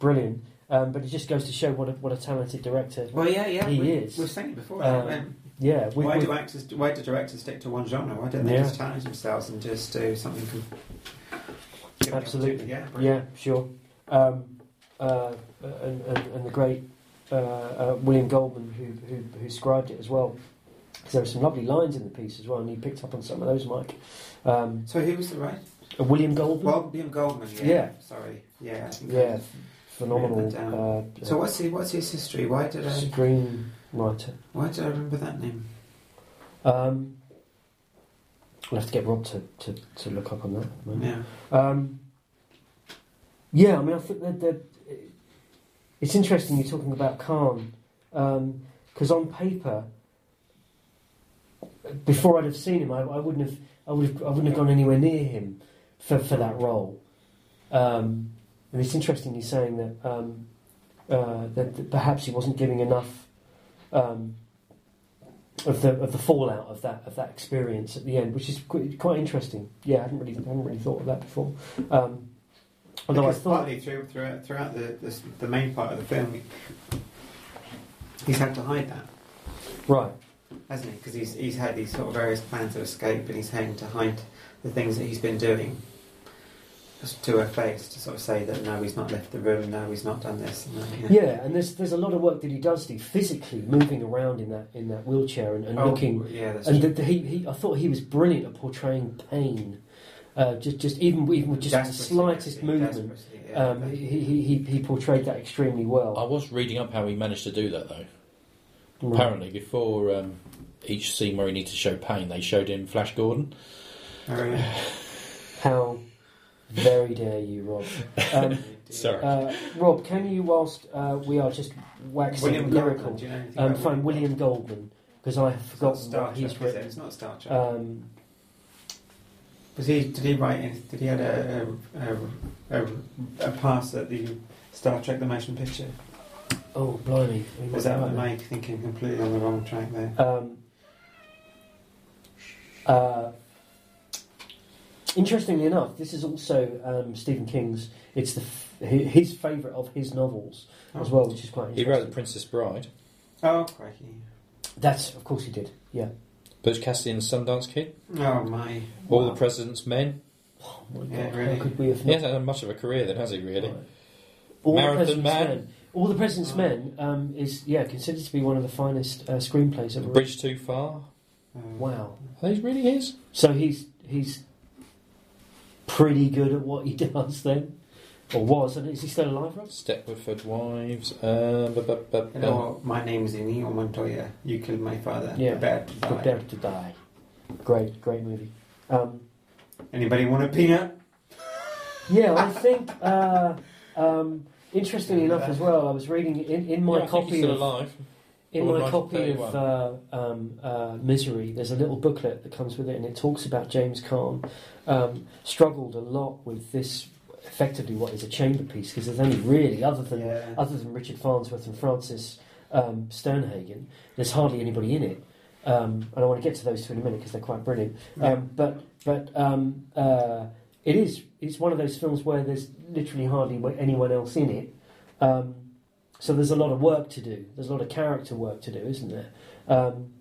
brilliant. Um, but it just goes to show what a, what a talented director.
Well, yeah, yeah,
He
we,
is.
We've seen it before.
Um,
haven't
Yeah,
we?
with,
why
with-
do actors? Why do directors stick to one genre? Why don't they
Yeah.
just challenge themselves and just do something? com- give it an
Absolutely.
opportunity? Yeah.
yeah, sure. Um, uh, and, and, and the great uh, uh, William Goldman, who, who, who scribed it as well. 'Cause there are some lovely lines in the piece as well, and you picked up on some of those, Mike. Um,
So who was the right?
uh, William Goldman,
Well, Liam Goldman. Yeah.
Yeah.
Sorry. Yeah. I think I
yeah,
written that
phenomenal.
down.
Uh,
um, So uh, what's he, what's his history? Why did I
screenwriter?
why did I remember that name?
Um, we'll have to get Rob to, to, to look up on that. at the moment.
Yeah.
Um, yeah, I mean, I think that, that it's interesting you're talking about Khan because on paper, before I'd have seen him, I, I wouldn't have, I would have, I wouldn't have gone anywhere near him for, for that role. Um, and it's interesting you're saying that, um, uh, that that perhaps he wasn't giving enough um, of the of the fallout of that of that experience at the end, which is qu- quite interesting. Yeah, I hadn't really, I hadn't really thought of that before. Um, although I
Because
thought,
partly through, throughout, throughout the, the s- the main part of the film, he- he's had to hide that,
right,
hasn't he? Because he's he's had these sort of various plans of escape, and he's having to hide the things that he's been doing just to her face to sort of say that no, he's not left the room, no, he's not done this. No, you know.
yeah, and there's there's a lot of work that he does do physically, moving around in that in that wheelchair and, and
Oh,
looking
Yeah, that's
And
true.
the, the, he, he, I thought he was brilliant at portraying pain. Uh, just, just even, even with just the
Desperately,
slightest
desperately,
movement,
desperately, yeah, Oh,
um,
that-
he, he, he, he portrayed that extremely
I
well. Mm.
was reading up how he managed to do that though.
Right.
Apparently, before um, each scene where he needed to show pain, they showed him Flash Gordon.
Oh, yeah.
How very dare you, Rob? Um,
Sorry.
uh, Rob, can you, whilst uh, we are just waxing
William Goldman,
lyrical,
do you know anything
um,
about
find William Goldman because I have
It's not
forgotten
Star
what
Trek,
he's
is it?
written.
It's not Star Trek.
Um,
Uh, Was he? Did he write? in- Did he had a a, a, a a pass at the Star Trek the motion picture?
oh, blimey! I mean,
Was
what's
that
about
am I thinking completely on the wrong track there?
Um, uh, interestingly enough, this is also um, Stephen King's. It's the f- hi- his favourite of his novels
Oh.
as well, which is quite
he
interesting.
wrote The Princess Bride,
Oh crikey!
That's of course he did. Yeah.
Butch Cassidy and the Sundance Kid,
Oh my!
All
Wow.
the President's Men.
Oh my God,
Yeah, really.
How could we have
He
not?
hasn't had much of a career then, has he? Really?
Right. All
Marathon
the President's
Man.
Men. All the President's
Oh.
Men um, is yeah considered to be one of the finest uh, screenplays ever. written.
Bridge Too Far.
Um,
Wow.
Are these really his?
So he's he's pretty good at what he does then, or was, and is he still alive, Rob?
Stepford Wives. Uh, bu- bu- bu-
You
bu-
know what? My name's Inigo Montoya. You killed my father.
Yeah.
Prepare to die.
Prepare to die. Great, great movie. Um,
Anybody want a peanut?
yeah, I think. Uh, um, interestingly
Yeah,
enough,
that-
as well, I was reading in, in
Yeah,
my
I think he's
copy
still
of
alive.
in
Or
my
Life
copy
Day
of uh, um, uh, Misery. There's a little booklet that comes with it, and it talks about James Caan um, struggled a lot with this, effectively what is a chamber piece, because there's only really other than
Yeah.
other than Richard Farnsworth and Francis um, Sternhagen, there's hardly anybody in it. Um, and I want to get to those two in a minute because they're quite brilliant.
Yeah.
Um, but but um, uh, it is it's one of those films where there's literally hardly wa- anyone else in it. Um, so there's a lot of work to do. There's a lot of character work to do, isn't there? Um,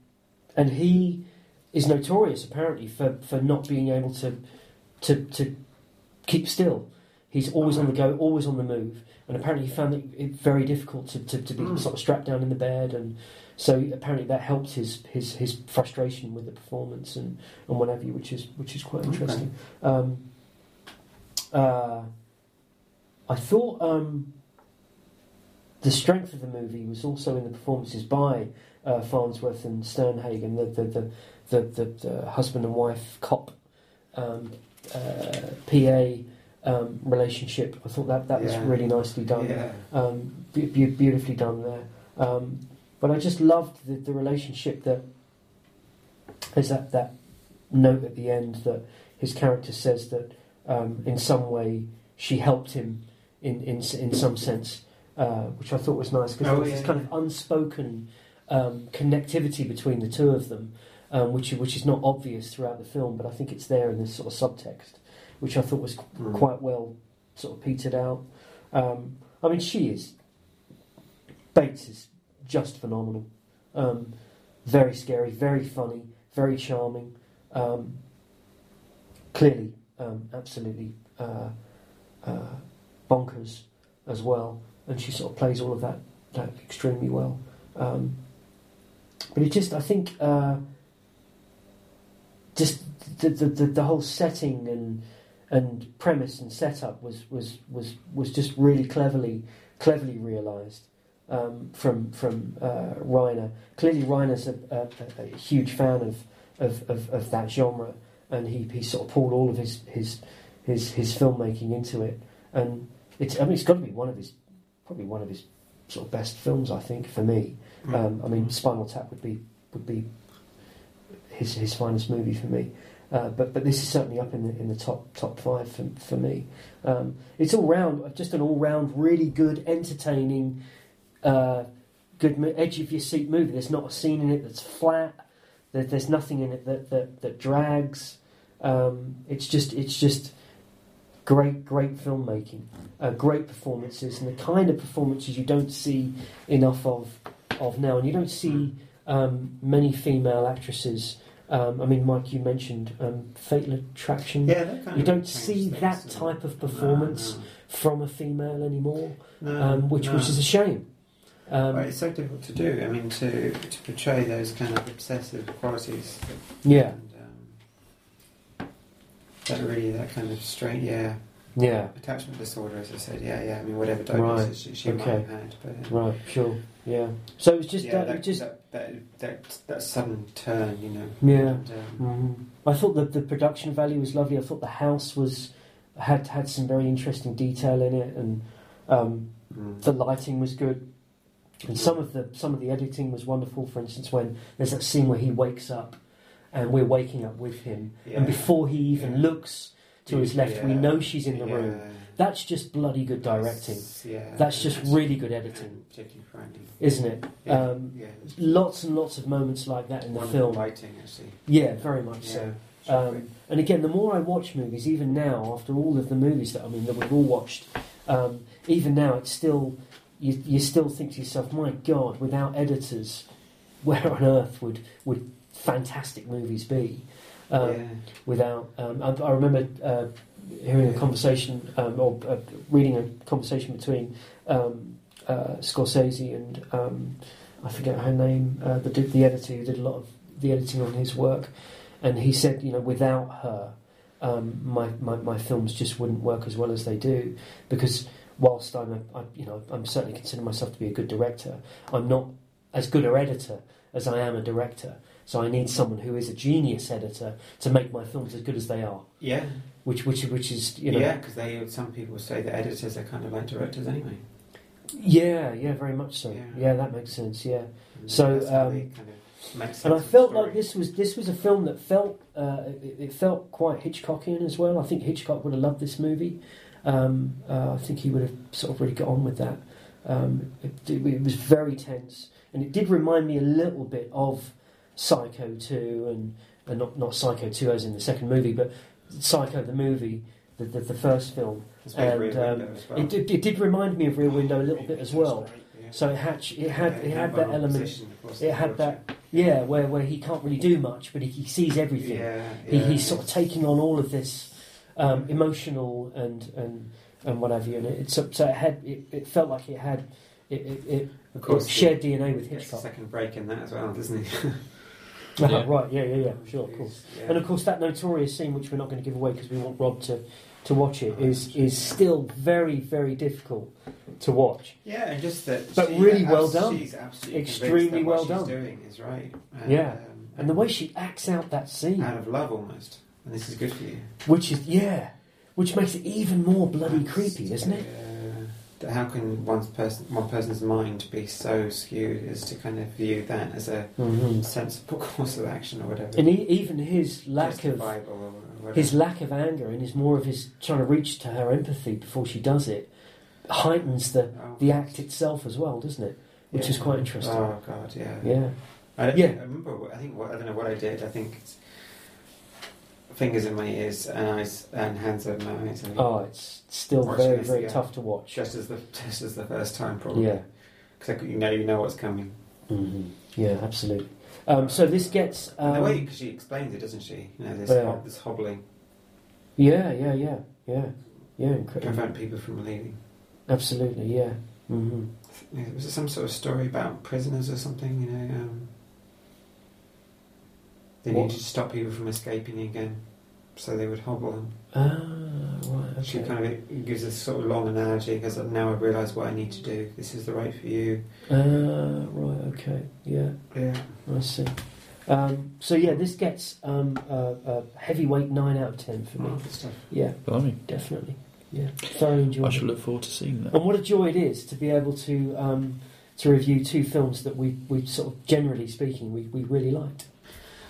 and he is notorious apparently for, for not being able to to to keep still. He's always on the go, always on the move, and apparently he found it- it very difficult to, to, to be
Mm.
sort of strapped down in the bed, and so apparently that helped his his, his frustration with the performance and, and what have you, which is which is quite
Okay.
interesting. Um, uh, I thought um, the strength of the movie was also in the performances by uh, Farnsworth and Sternhagen, the the, the, the, the, the husband and wife cop um, uh, PA um, relationship. I thought that that was
Yeah.
really nicely done,
Yeah.
um, be- be- beautifully done there. Um, but I just loved the, the relationship that there's that that note at the end that his character says that um, in some way she helped him in in s- in some sense, uh, which I thought was nice because
Oh,
there was
yeah,
this kind of unspoken um, connectivity between the two of them, um, which which is not obvious throughout the film, but I think it's there in this sort of subtext, which I thought was qu-
Mm.
quite well sort of petered out. Um, I mean, she is Bates is just phenomenal. Um, very scary, very funny, very charming. Um, clearly, um, absolutely uh, uh, bonkers as well. and she sort of plays all of that that extremely well. Um, but it just, I think, uh, just the, the the the whole setting and and premise and setup was was was was just really cleverly cleverly realised um, from from uh, Reiner. Clearly, Reiner's a, a, a huge fan of, of, of, of that genre, and he, he sort of poured all of his his his, his filmmaking into it. And it's I mean it's got to be one of his probably one of his sort of best films I think for me. Um, I
Mm-hmm.
mean Spinal Tap would be would be his his finest movie for me. Uh, but but this is certainly up in the in the top top five for, for me. Um, it's all round just an all round really good entertaining, uh, good mo- edge of your seat movie. There's not a scene in it that's flat. There, there's nothing in it that that, that drags. Um, it's just it's just great great filmmaking, uh, great performances, and the kind of performances you don't see enough of of now, and you don't see um, many female actresses. Um, I mean, Mike, you mentioned um, Fatal Attraction.
Yeah, that kind
You
of
don't
changed
see
things,
that
doesn't it?
type of performance from a female anymore,
No, no,
um, which
no.
which is a shame. Um,
Well, it's so difficult to do. I mean, to, to portray those kind of obsessive qualities.
Yeah,
And, um, that really, that kind of straight, yeah,
yeah,
attachment disorder, as I said. Yeah, yeah. I mean, whatever diagnosis she, she might
okay.
have had, but. uh,
right, sure, yeah. So it's just
yeah,
that,
that,
it just
that, that, that, that sudden turn, you know.
Yeah.
And, um,
Mhm. I thought that the production value was lovely. I thought the house was had had some very interesting detail in it, and um,
mm.
the lighting was good. And some of the some of the editing was wonderful. For instance, when there's that scene where he wakes up, and we're waking up with him,
Yeah.
and before he even
Yeah.
looks to his left, we
Yeah.
know she's in the
Yeah.
room. That's just bloody good directing.
Yeah.
That's just really good editing,
Particularly frightening.
isn't it?
Yeah.
Um,
yeah.
Lots and lots of moments like that in the
Wonderful
film.
Lighting, actually.
Yeah, very much so.
Yeah.
Um, and again, the more I watch movies, even now, after all of the movies that I mean that we've all watched, um, even now, it's still you, you still think to yourself, "My God, without editors, where on earth would would fantastic movies be?" Um,
Oh, yeah.
Without, um, I, I remember uh, hearing a conversation um, or uh, reading a conversation between um, uh, Scorsese and um, I forget her name, uh, the, the editor who did a lot of the editing on his work, and he said, you know, without her, um, my, my, my films just wouldn't work as well as they do because whilst I'm a, I, you know I'm certainly consider myself to be a good director, I'm not as good a editor as I am a director. So I need someone who is a genius editor to make my films as good as they are,
Yeah,
which which which is you know
yeah, because they some people say that editors are kind of like directors anyway.
yeah, yeah, very much so.
Yeah.
Yeah, that makes sense. Yeah.
And
So,
that's how they
um,
kind of make sense
and I
of the
felt
story.
like this was this was a film that felt uh, it, it felt quite Hitchcockian as well. I think Hitchcock would have loved this movie. Um, uh, I think he would have sort of really got on with that. Um, it, it, was very tense, and it did remind me a little bit of Psycho two, and, and not not Psycho two as in the second movie, but Psycho the movie, the the, the first film.
It's made
and,
Rear
um,
Window as well.
It did, it did remind me of Rear Window a little bit as well.
Yeah.
So it had it had
Yeah,
it had
one
that element.
position, of course,
it
in
had
the wheelchair.
Yeah, where, where he can't really do much, but he, he sees everything.
Yeah,
he,
yeah.
he's sort of taking on all of this um, emotional and and and what have you. And it, so, so it had it, it felt like it had it, it, it,
Of course,
it shared DNA
he
with
gets a
Hitchcock.
second break in that as well, doesn't he?
Ah, right? Yeah, yeah, yeah. Sure, of course.
Yeah.
And of course, that notorious scene, which we're not going to give away because we want Rob to to watch it, is is still very very difficult to watch.
Yeah, and just that.
But
she-
really well
abs-
done.
She's absolutely
Extremely
convinced that
well
what
done.
She's doing is right. And,
Yeah.
um,
And the way she acts out that scene,
out of love almost, and this is good for you.
which is yeah, which makes it even more bloody creepy, doesn't it?
Yeah. How can one person one person's mind be so skewed as to kind of view that as a
Mm-hmm.
sensible course of action or whatever?
And e even his lack of
Justifiable or whatever.
his lack of anger and his more of his trying to reach to her empathy before she does it heightens the
Oh.
the act itself as well, doesn't it? Which is
Yeah.
quite interesting.
Oh god, yeah.
Yeah,
I, don't-
Yeah.
I remember. What, I think. What, I don't know what I did. I think it's fingers in my ears and eyes and hands over my eyes. I think.
oh, it's still
Watching
very
this
very
again.
tough to watch.
Just as the just as the first time, probably.
Yeah,
Because you know you know what's coming.
hmm yeah, absolutely. Um, so this gets
And the way
um,
she explains it, doesn't she? You know, this,
Yeah.
hob- this hobbling,
yeah, yeah, yeah, yeah, yeah, incredible.
prevent people from leaving.
Absolutely, yeah, hmm
Yeah, was it some sort of story about prisoners or something? You know, um, they
What?
needed to stop people from escaping again, so they would hobble them.
Ah, right.
She
Okay.
kind of gives a sort of long analogy because now I realise what I need to do. This is the right for you.
Ah, right. Okay. Yeah.
Yeah,
I see. Um, so yeah, this gets um, a, a heavyweight nine out of ten for
Mm.
me.
wonderful stuff.
Yeah,
Blimey.
definitely. Yeah, thoroughly
I
enjoyed.
shall
it.
look forward to seeing that.
And what a joy it is to be able to um, to review two films that we we sort of generally speaking we, we really liked.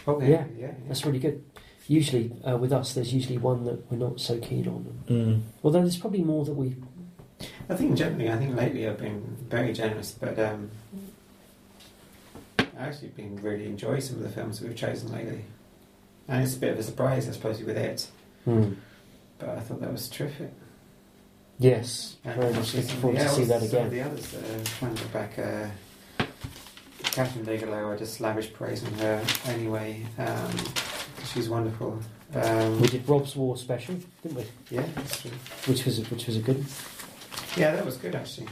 Oh yeah, yeah.
Yeah.
yeah,
That's really good. Usually uh, with us, there's usually one that we're not so keen on.
Mm.
Although there's probably more that we.
I think generally, I think lately I've been very generous, but um, I actually been really enjoying some of the films that we've chosen lately. And it's a bit of a surprise, I suppose, with it.
Hmm.
But I thought that was terrific.
Yes,
And
very much
actually
looking
some
forward
of
to
the
see that
others- some of
again.
The others, uh, trying to back uh, Catherine Bigelow, I just lavish praise on her anyway. Um, she's wonderful. Um,
We did Rob's War special, didn't we?
yeah, that's true.
Which was a, which was a good one.
Yeah, that was good actually.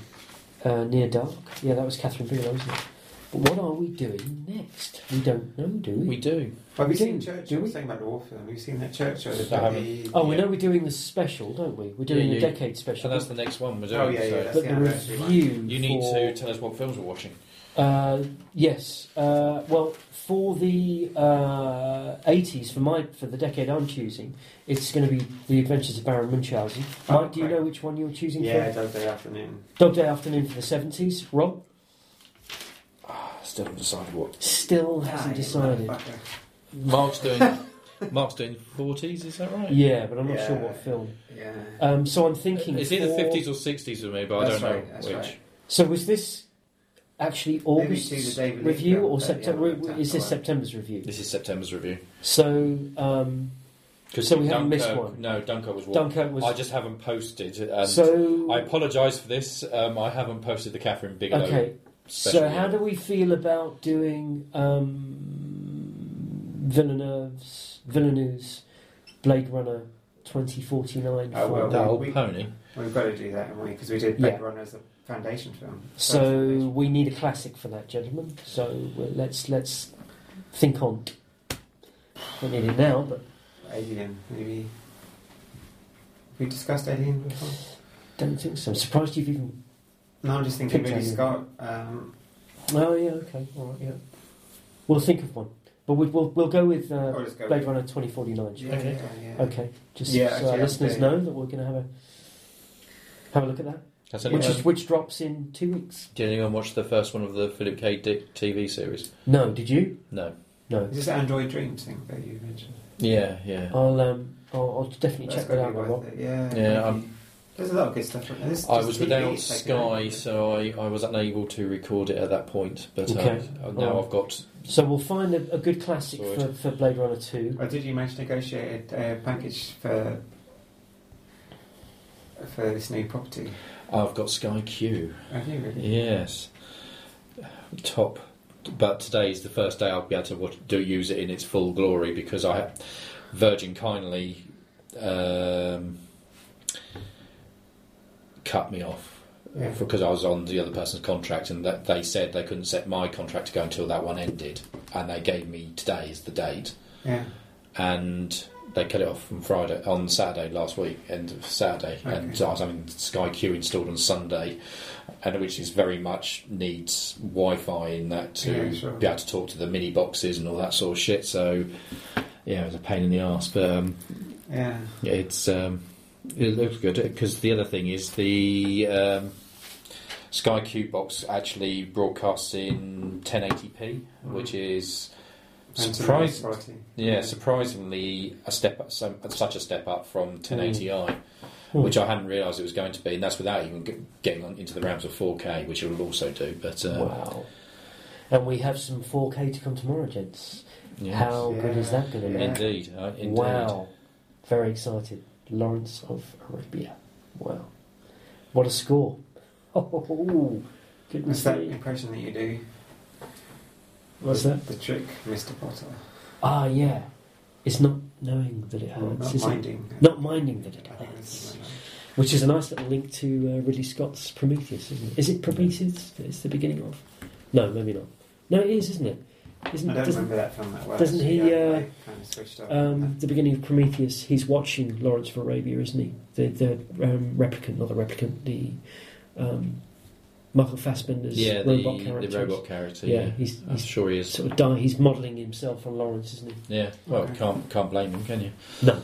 uh, Near Dark. Yeah, that was Catherine Bigelow, wasn't it? But what are we doing next? We don't know, do we?
We do.
Have you
Do-
seen Churchill?
do we?
I was saying about the war film. Have you seen that Churchill?
I
The-
haven't.
oh, we
yeah.
know we're doing the special, don't we? We're doing
Yeah,
the
you-
decade special.
So that's the next one we're doing.
Oh, yeah,
so.
yeah, that's
but
the
the
anniversary one.
review.
You need
for-
to tell us what films we're watching.
Uh, yes. Uh, well, for the uh, 80s, for my for the decade I'm choosing, it's going to be The Adventures of Baron Munchausen.
Oh,
Mike, do you
okay.
know which one you're choosing
Yeah,
for?
Dog Day Afternoon.
Dog Day Afternoon for the 70s. Rob
Ah, still haven't decided what.
still hasn't
Ah, you
decided.
motherfucker.
Mark's doing. Mark's doing forties. Is that right?
Yeah, but I'm not
Yeah.
sure what film.
Yeah.
Um, so I'm thinking.
It's either
for-
fifties or sixties for me, Uh, but I
That's
don't know
right, that's
which.
right.
So was this actually
choose
August's
the David Lee
review
film,
or
but yeah,
September?
we'll tap
is this
away.
September's review?
This is September's review.
So um, So we haven't missed
Dunkirk-
one.
No, Dunkirk was one.
Dunkirk was.
I just haven't posted. And
so
I apologise for this. Um, I haven't posted the Catherine Bigelow.
okay.
special
So how
yet.
do we feel about doing um, Villeneuve's Villeneuve's Blade Runner 2049?
Oh, well,
for-
That
we-
old
we-
pony.
We've got to do that, haven't we? Because we did Blade
Yeah.
Runner as a foundation film.
so we need a classic for that, gentlemen. So well, let's let's think on. it. Don't need it now, but
Alien, maybe. Have we discussed Alien before?
don't think so. I'm surprised you've even
No, I'm just thinking
Picked
Ridley
Alien.
Scott. Um,
Oh yeah, okay, all right, yeah. We'll think of one, but we, we'll we'll go with uh,
or just go
Blade
with-
Runner twenty forty nine.
Oh, Yeah,
Okay.
yeah, yeah.
Okay, just
Yeah,
so
actually,
our
yeah,
listeners
yeah.
know that we're going to have a have a look at that,
Has
Yeah.
anyone,
which is which drops in two weeks.
did anyone watch the first one of the Philip K. Dick TV series?
No, did you?
No.
No,
Is this Android Dreams thing that you mentioned?
Yeah, yeah.
I'll um, I'll, I'll definitely
That's
check
gotta
that
be
out. then, Rob.
worth it,
Yeah,
Yeah. maybe.
I'm-
There's a lot of good stuff. on there. This is
I
just
was
TV
without
taken
Sky,
over.
so I, I was unable to record it at that point. But
Okay.
uh, now
Alright.
I've got.
So we'll find a, a good classic
Sorry.
for, for Blade Runner two.
Or oh, did you manage to negotiate a package for for this new property?
I've got Sky Q.
Have you really?
Yes. Top. But today is the first day I'll be able to watch, do use it in its full glory because I, Virgin kindly, um, cut me off
Yeah.
because I was on the other person's contract and that they said they couldn't set my contract to go until that one ended and they gave me today as the date
Yeah.
and they cut it off from Friday on Saturday last week, end of Saturday,
Okay.
and so I was having Sky Q installed on Sunday, and which is very much needs Wi-Fi in that to
Yeah, sure.
be able to talk to the mini boxes and all that sort of shit. So yeah, it was a pain in the ass, but um,
Yeah.
it's um, it looks good because the other thing is the um, Sky Q box actually broadcasts in 1080p, which is
And to
surprising.
the quality.
Yeah, surprisingly, a step up, some, such a step up from
Mm.
1080i,
Hmm.
which I hadn't realised it was going to be, and that's without even g- getting on into the realms of 4K, which it will also do. But uh,
Wow. And we have some 4K to come tomorrow, gents.
yes.
How good is
Yeah.
that going to be?
Yeah.
indeed, uh, indeed,
Wow. Very excited. Lawrence of Arabia. Wow. What a score. Oh,
It's
goodness
that
me.
impression that you do.
What's that?
The trick, Mr. Potter.
Ah, yeah. It's not knowing that it
Or
hurts,
not
is it?
minding.
Not minding that it
I think
hurts.
it's-
Which is a nice little link to uh, Ridley Scott's Prometheus, isn't it? Is it Prometheus that it's the beginning of? No, maybe not. No, it is, isn't it? Isn't,
I don't
doesn't-
remember that film that well.
doesn't
so
he,
yeah, I
uh,
kind of switched off.
Um, the beginning of Prometheus, he's watching Lawrence of Arabia, isn't he? The the um, replicant, not the replicant, the um, Michael Fassbender's
yeah, the
robot
the,
character.
robot character.
Yeah,
Yeah,
he's,
I'm
he's
sure he is.
sort of die. He's modelling himself on Lawrence, isn't he?
Yeah, well, can't can't blame him, can you?
No.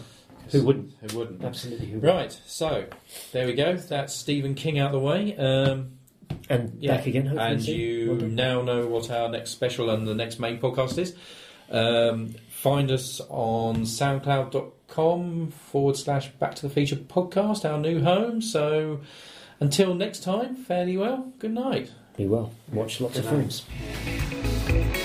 Who wouldn't?
Who wouldn't?
Absolutely. Who
Right, so there we go. That's Stephen King out the way. Um,
And
Yeah,
back again, hopefully.
and
soon.
you
Well done.
now know what our next special and the next main podcast is. Um, find us on soundcloud.com forward slash back to the feature podcast, our new home. So until next time, fairly well. Good night.
Be well. Watch lots of
Good night.
films.
Yeah.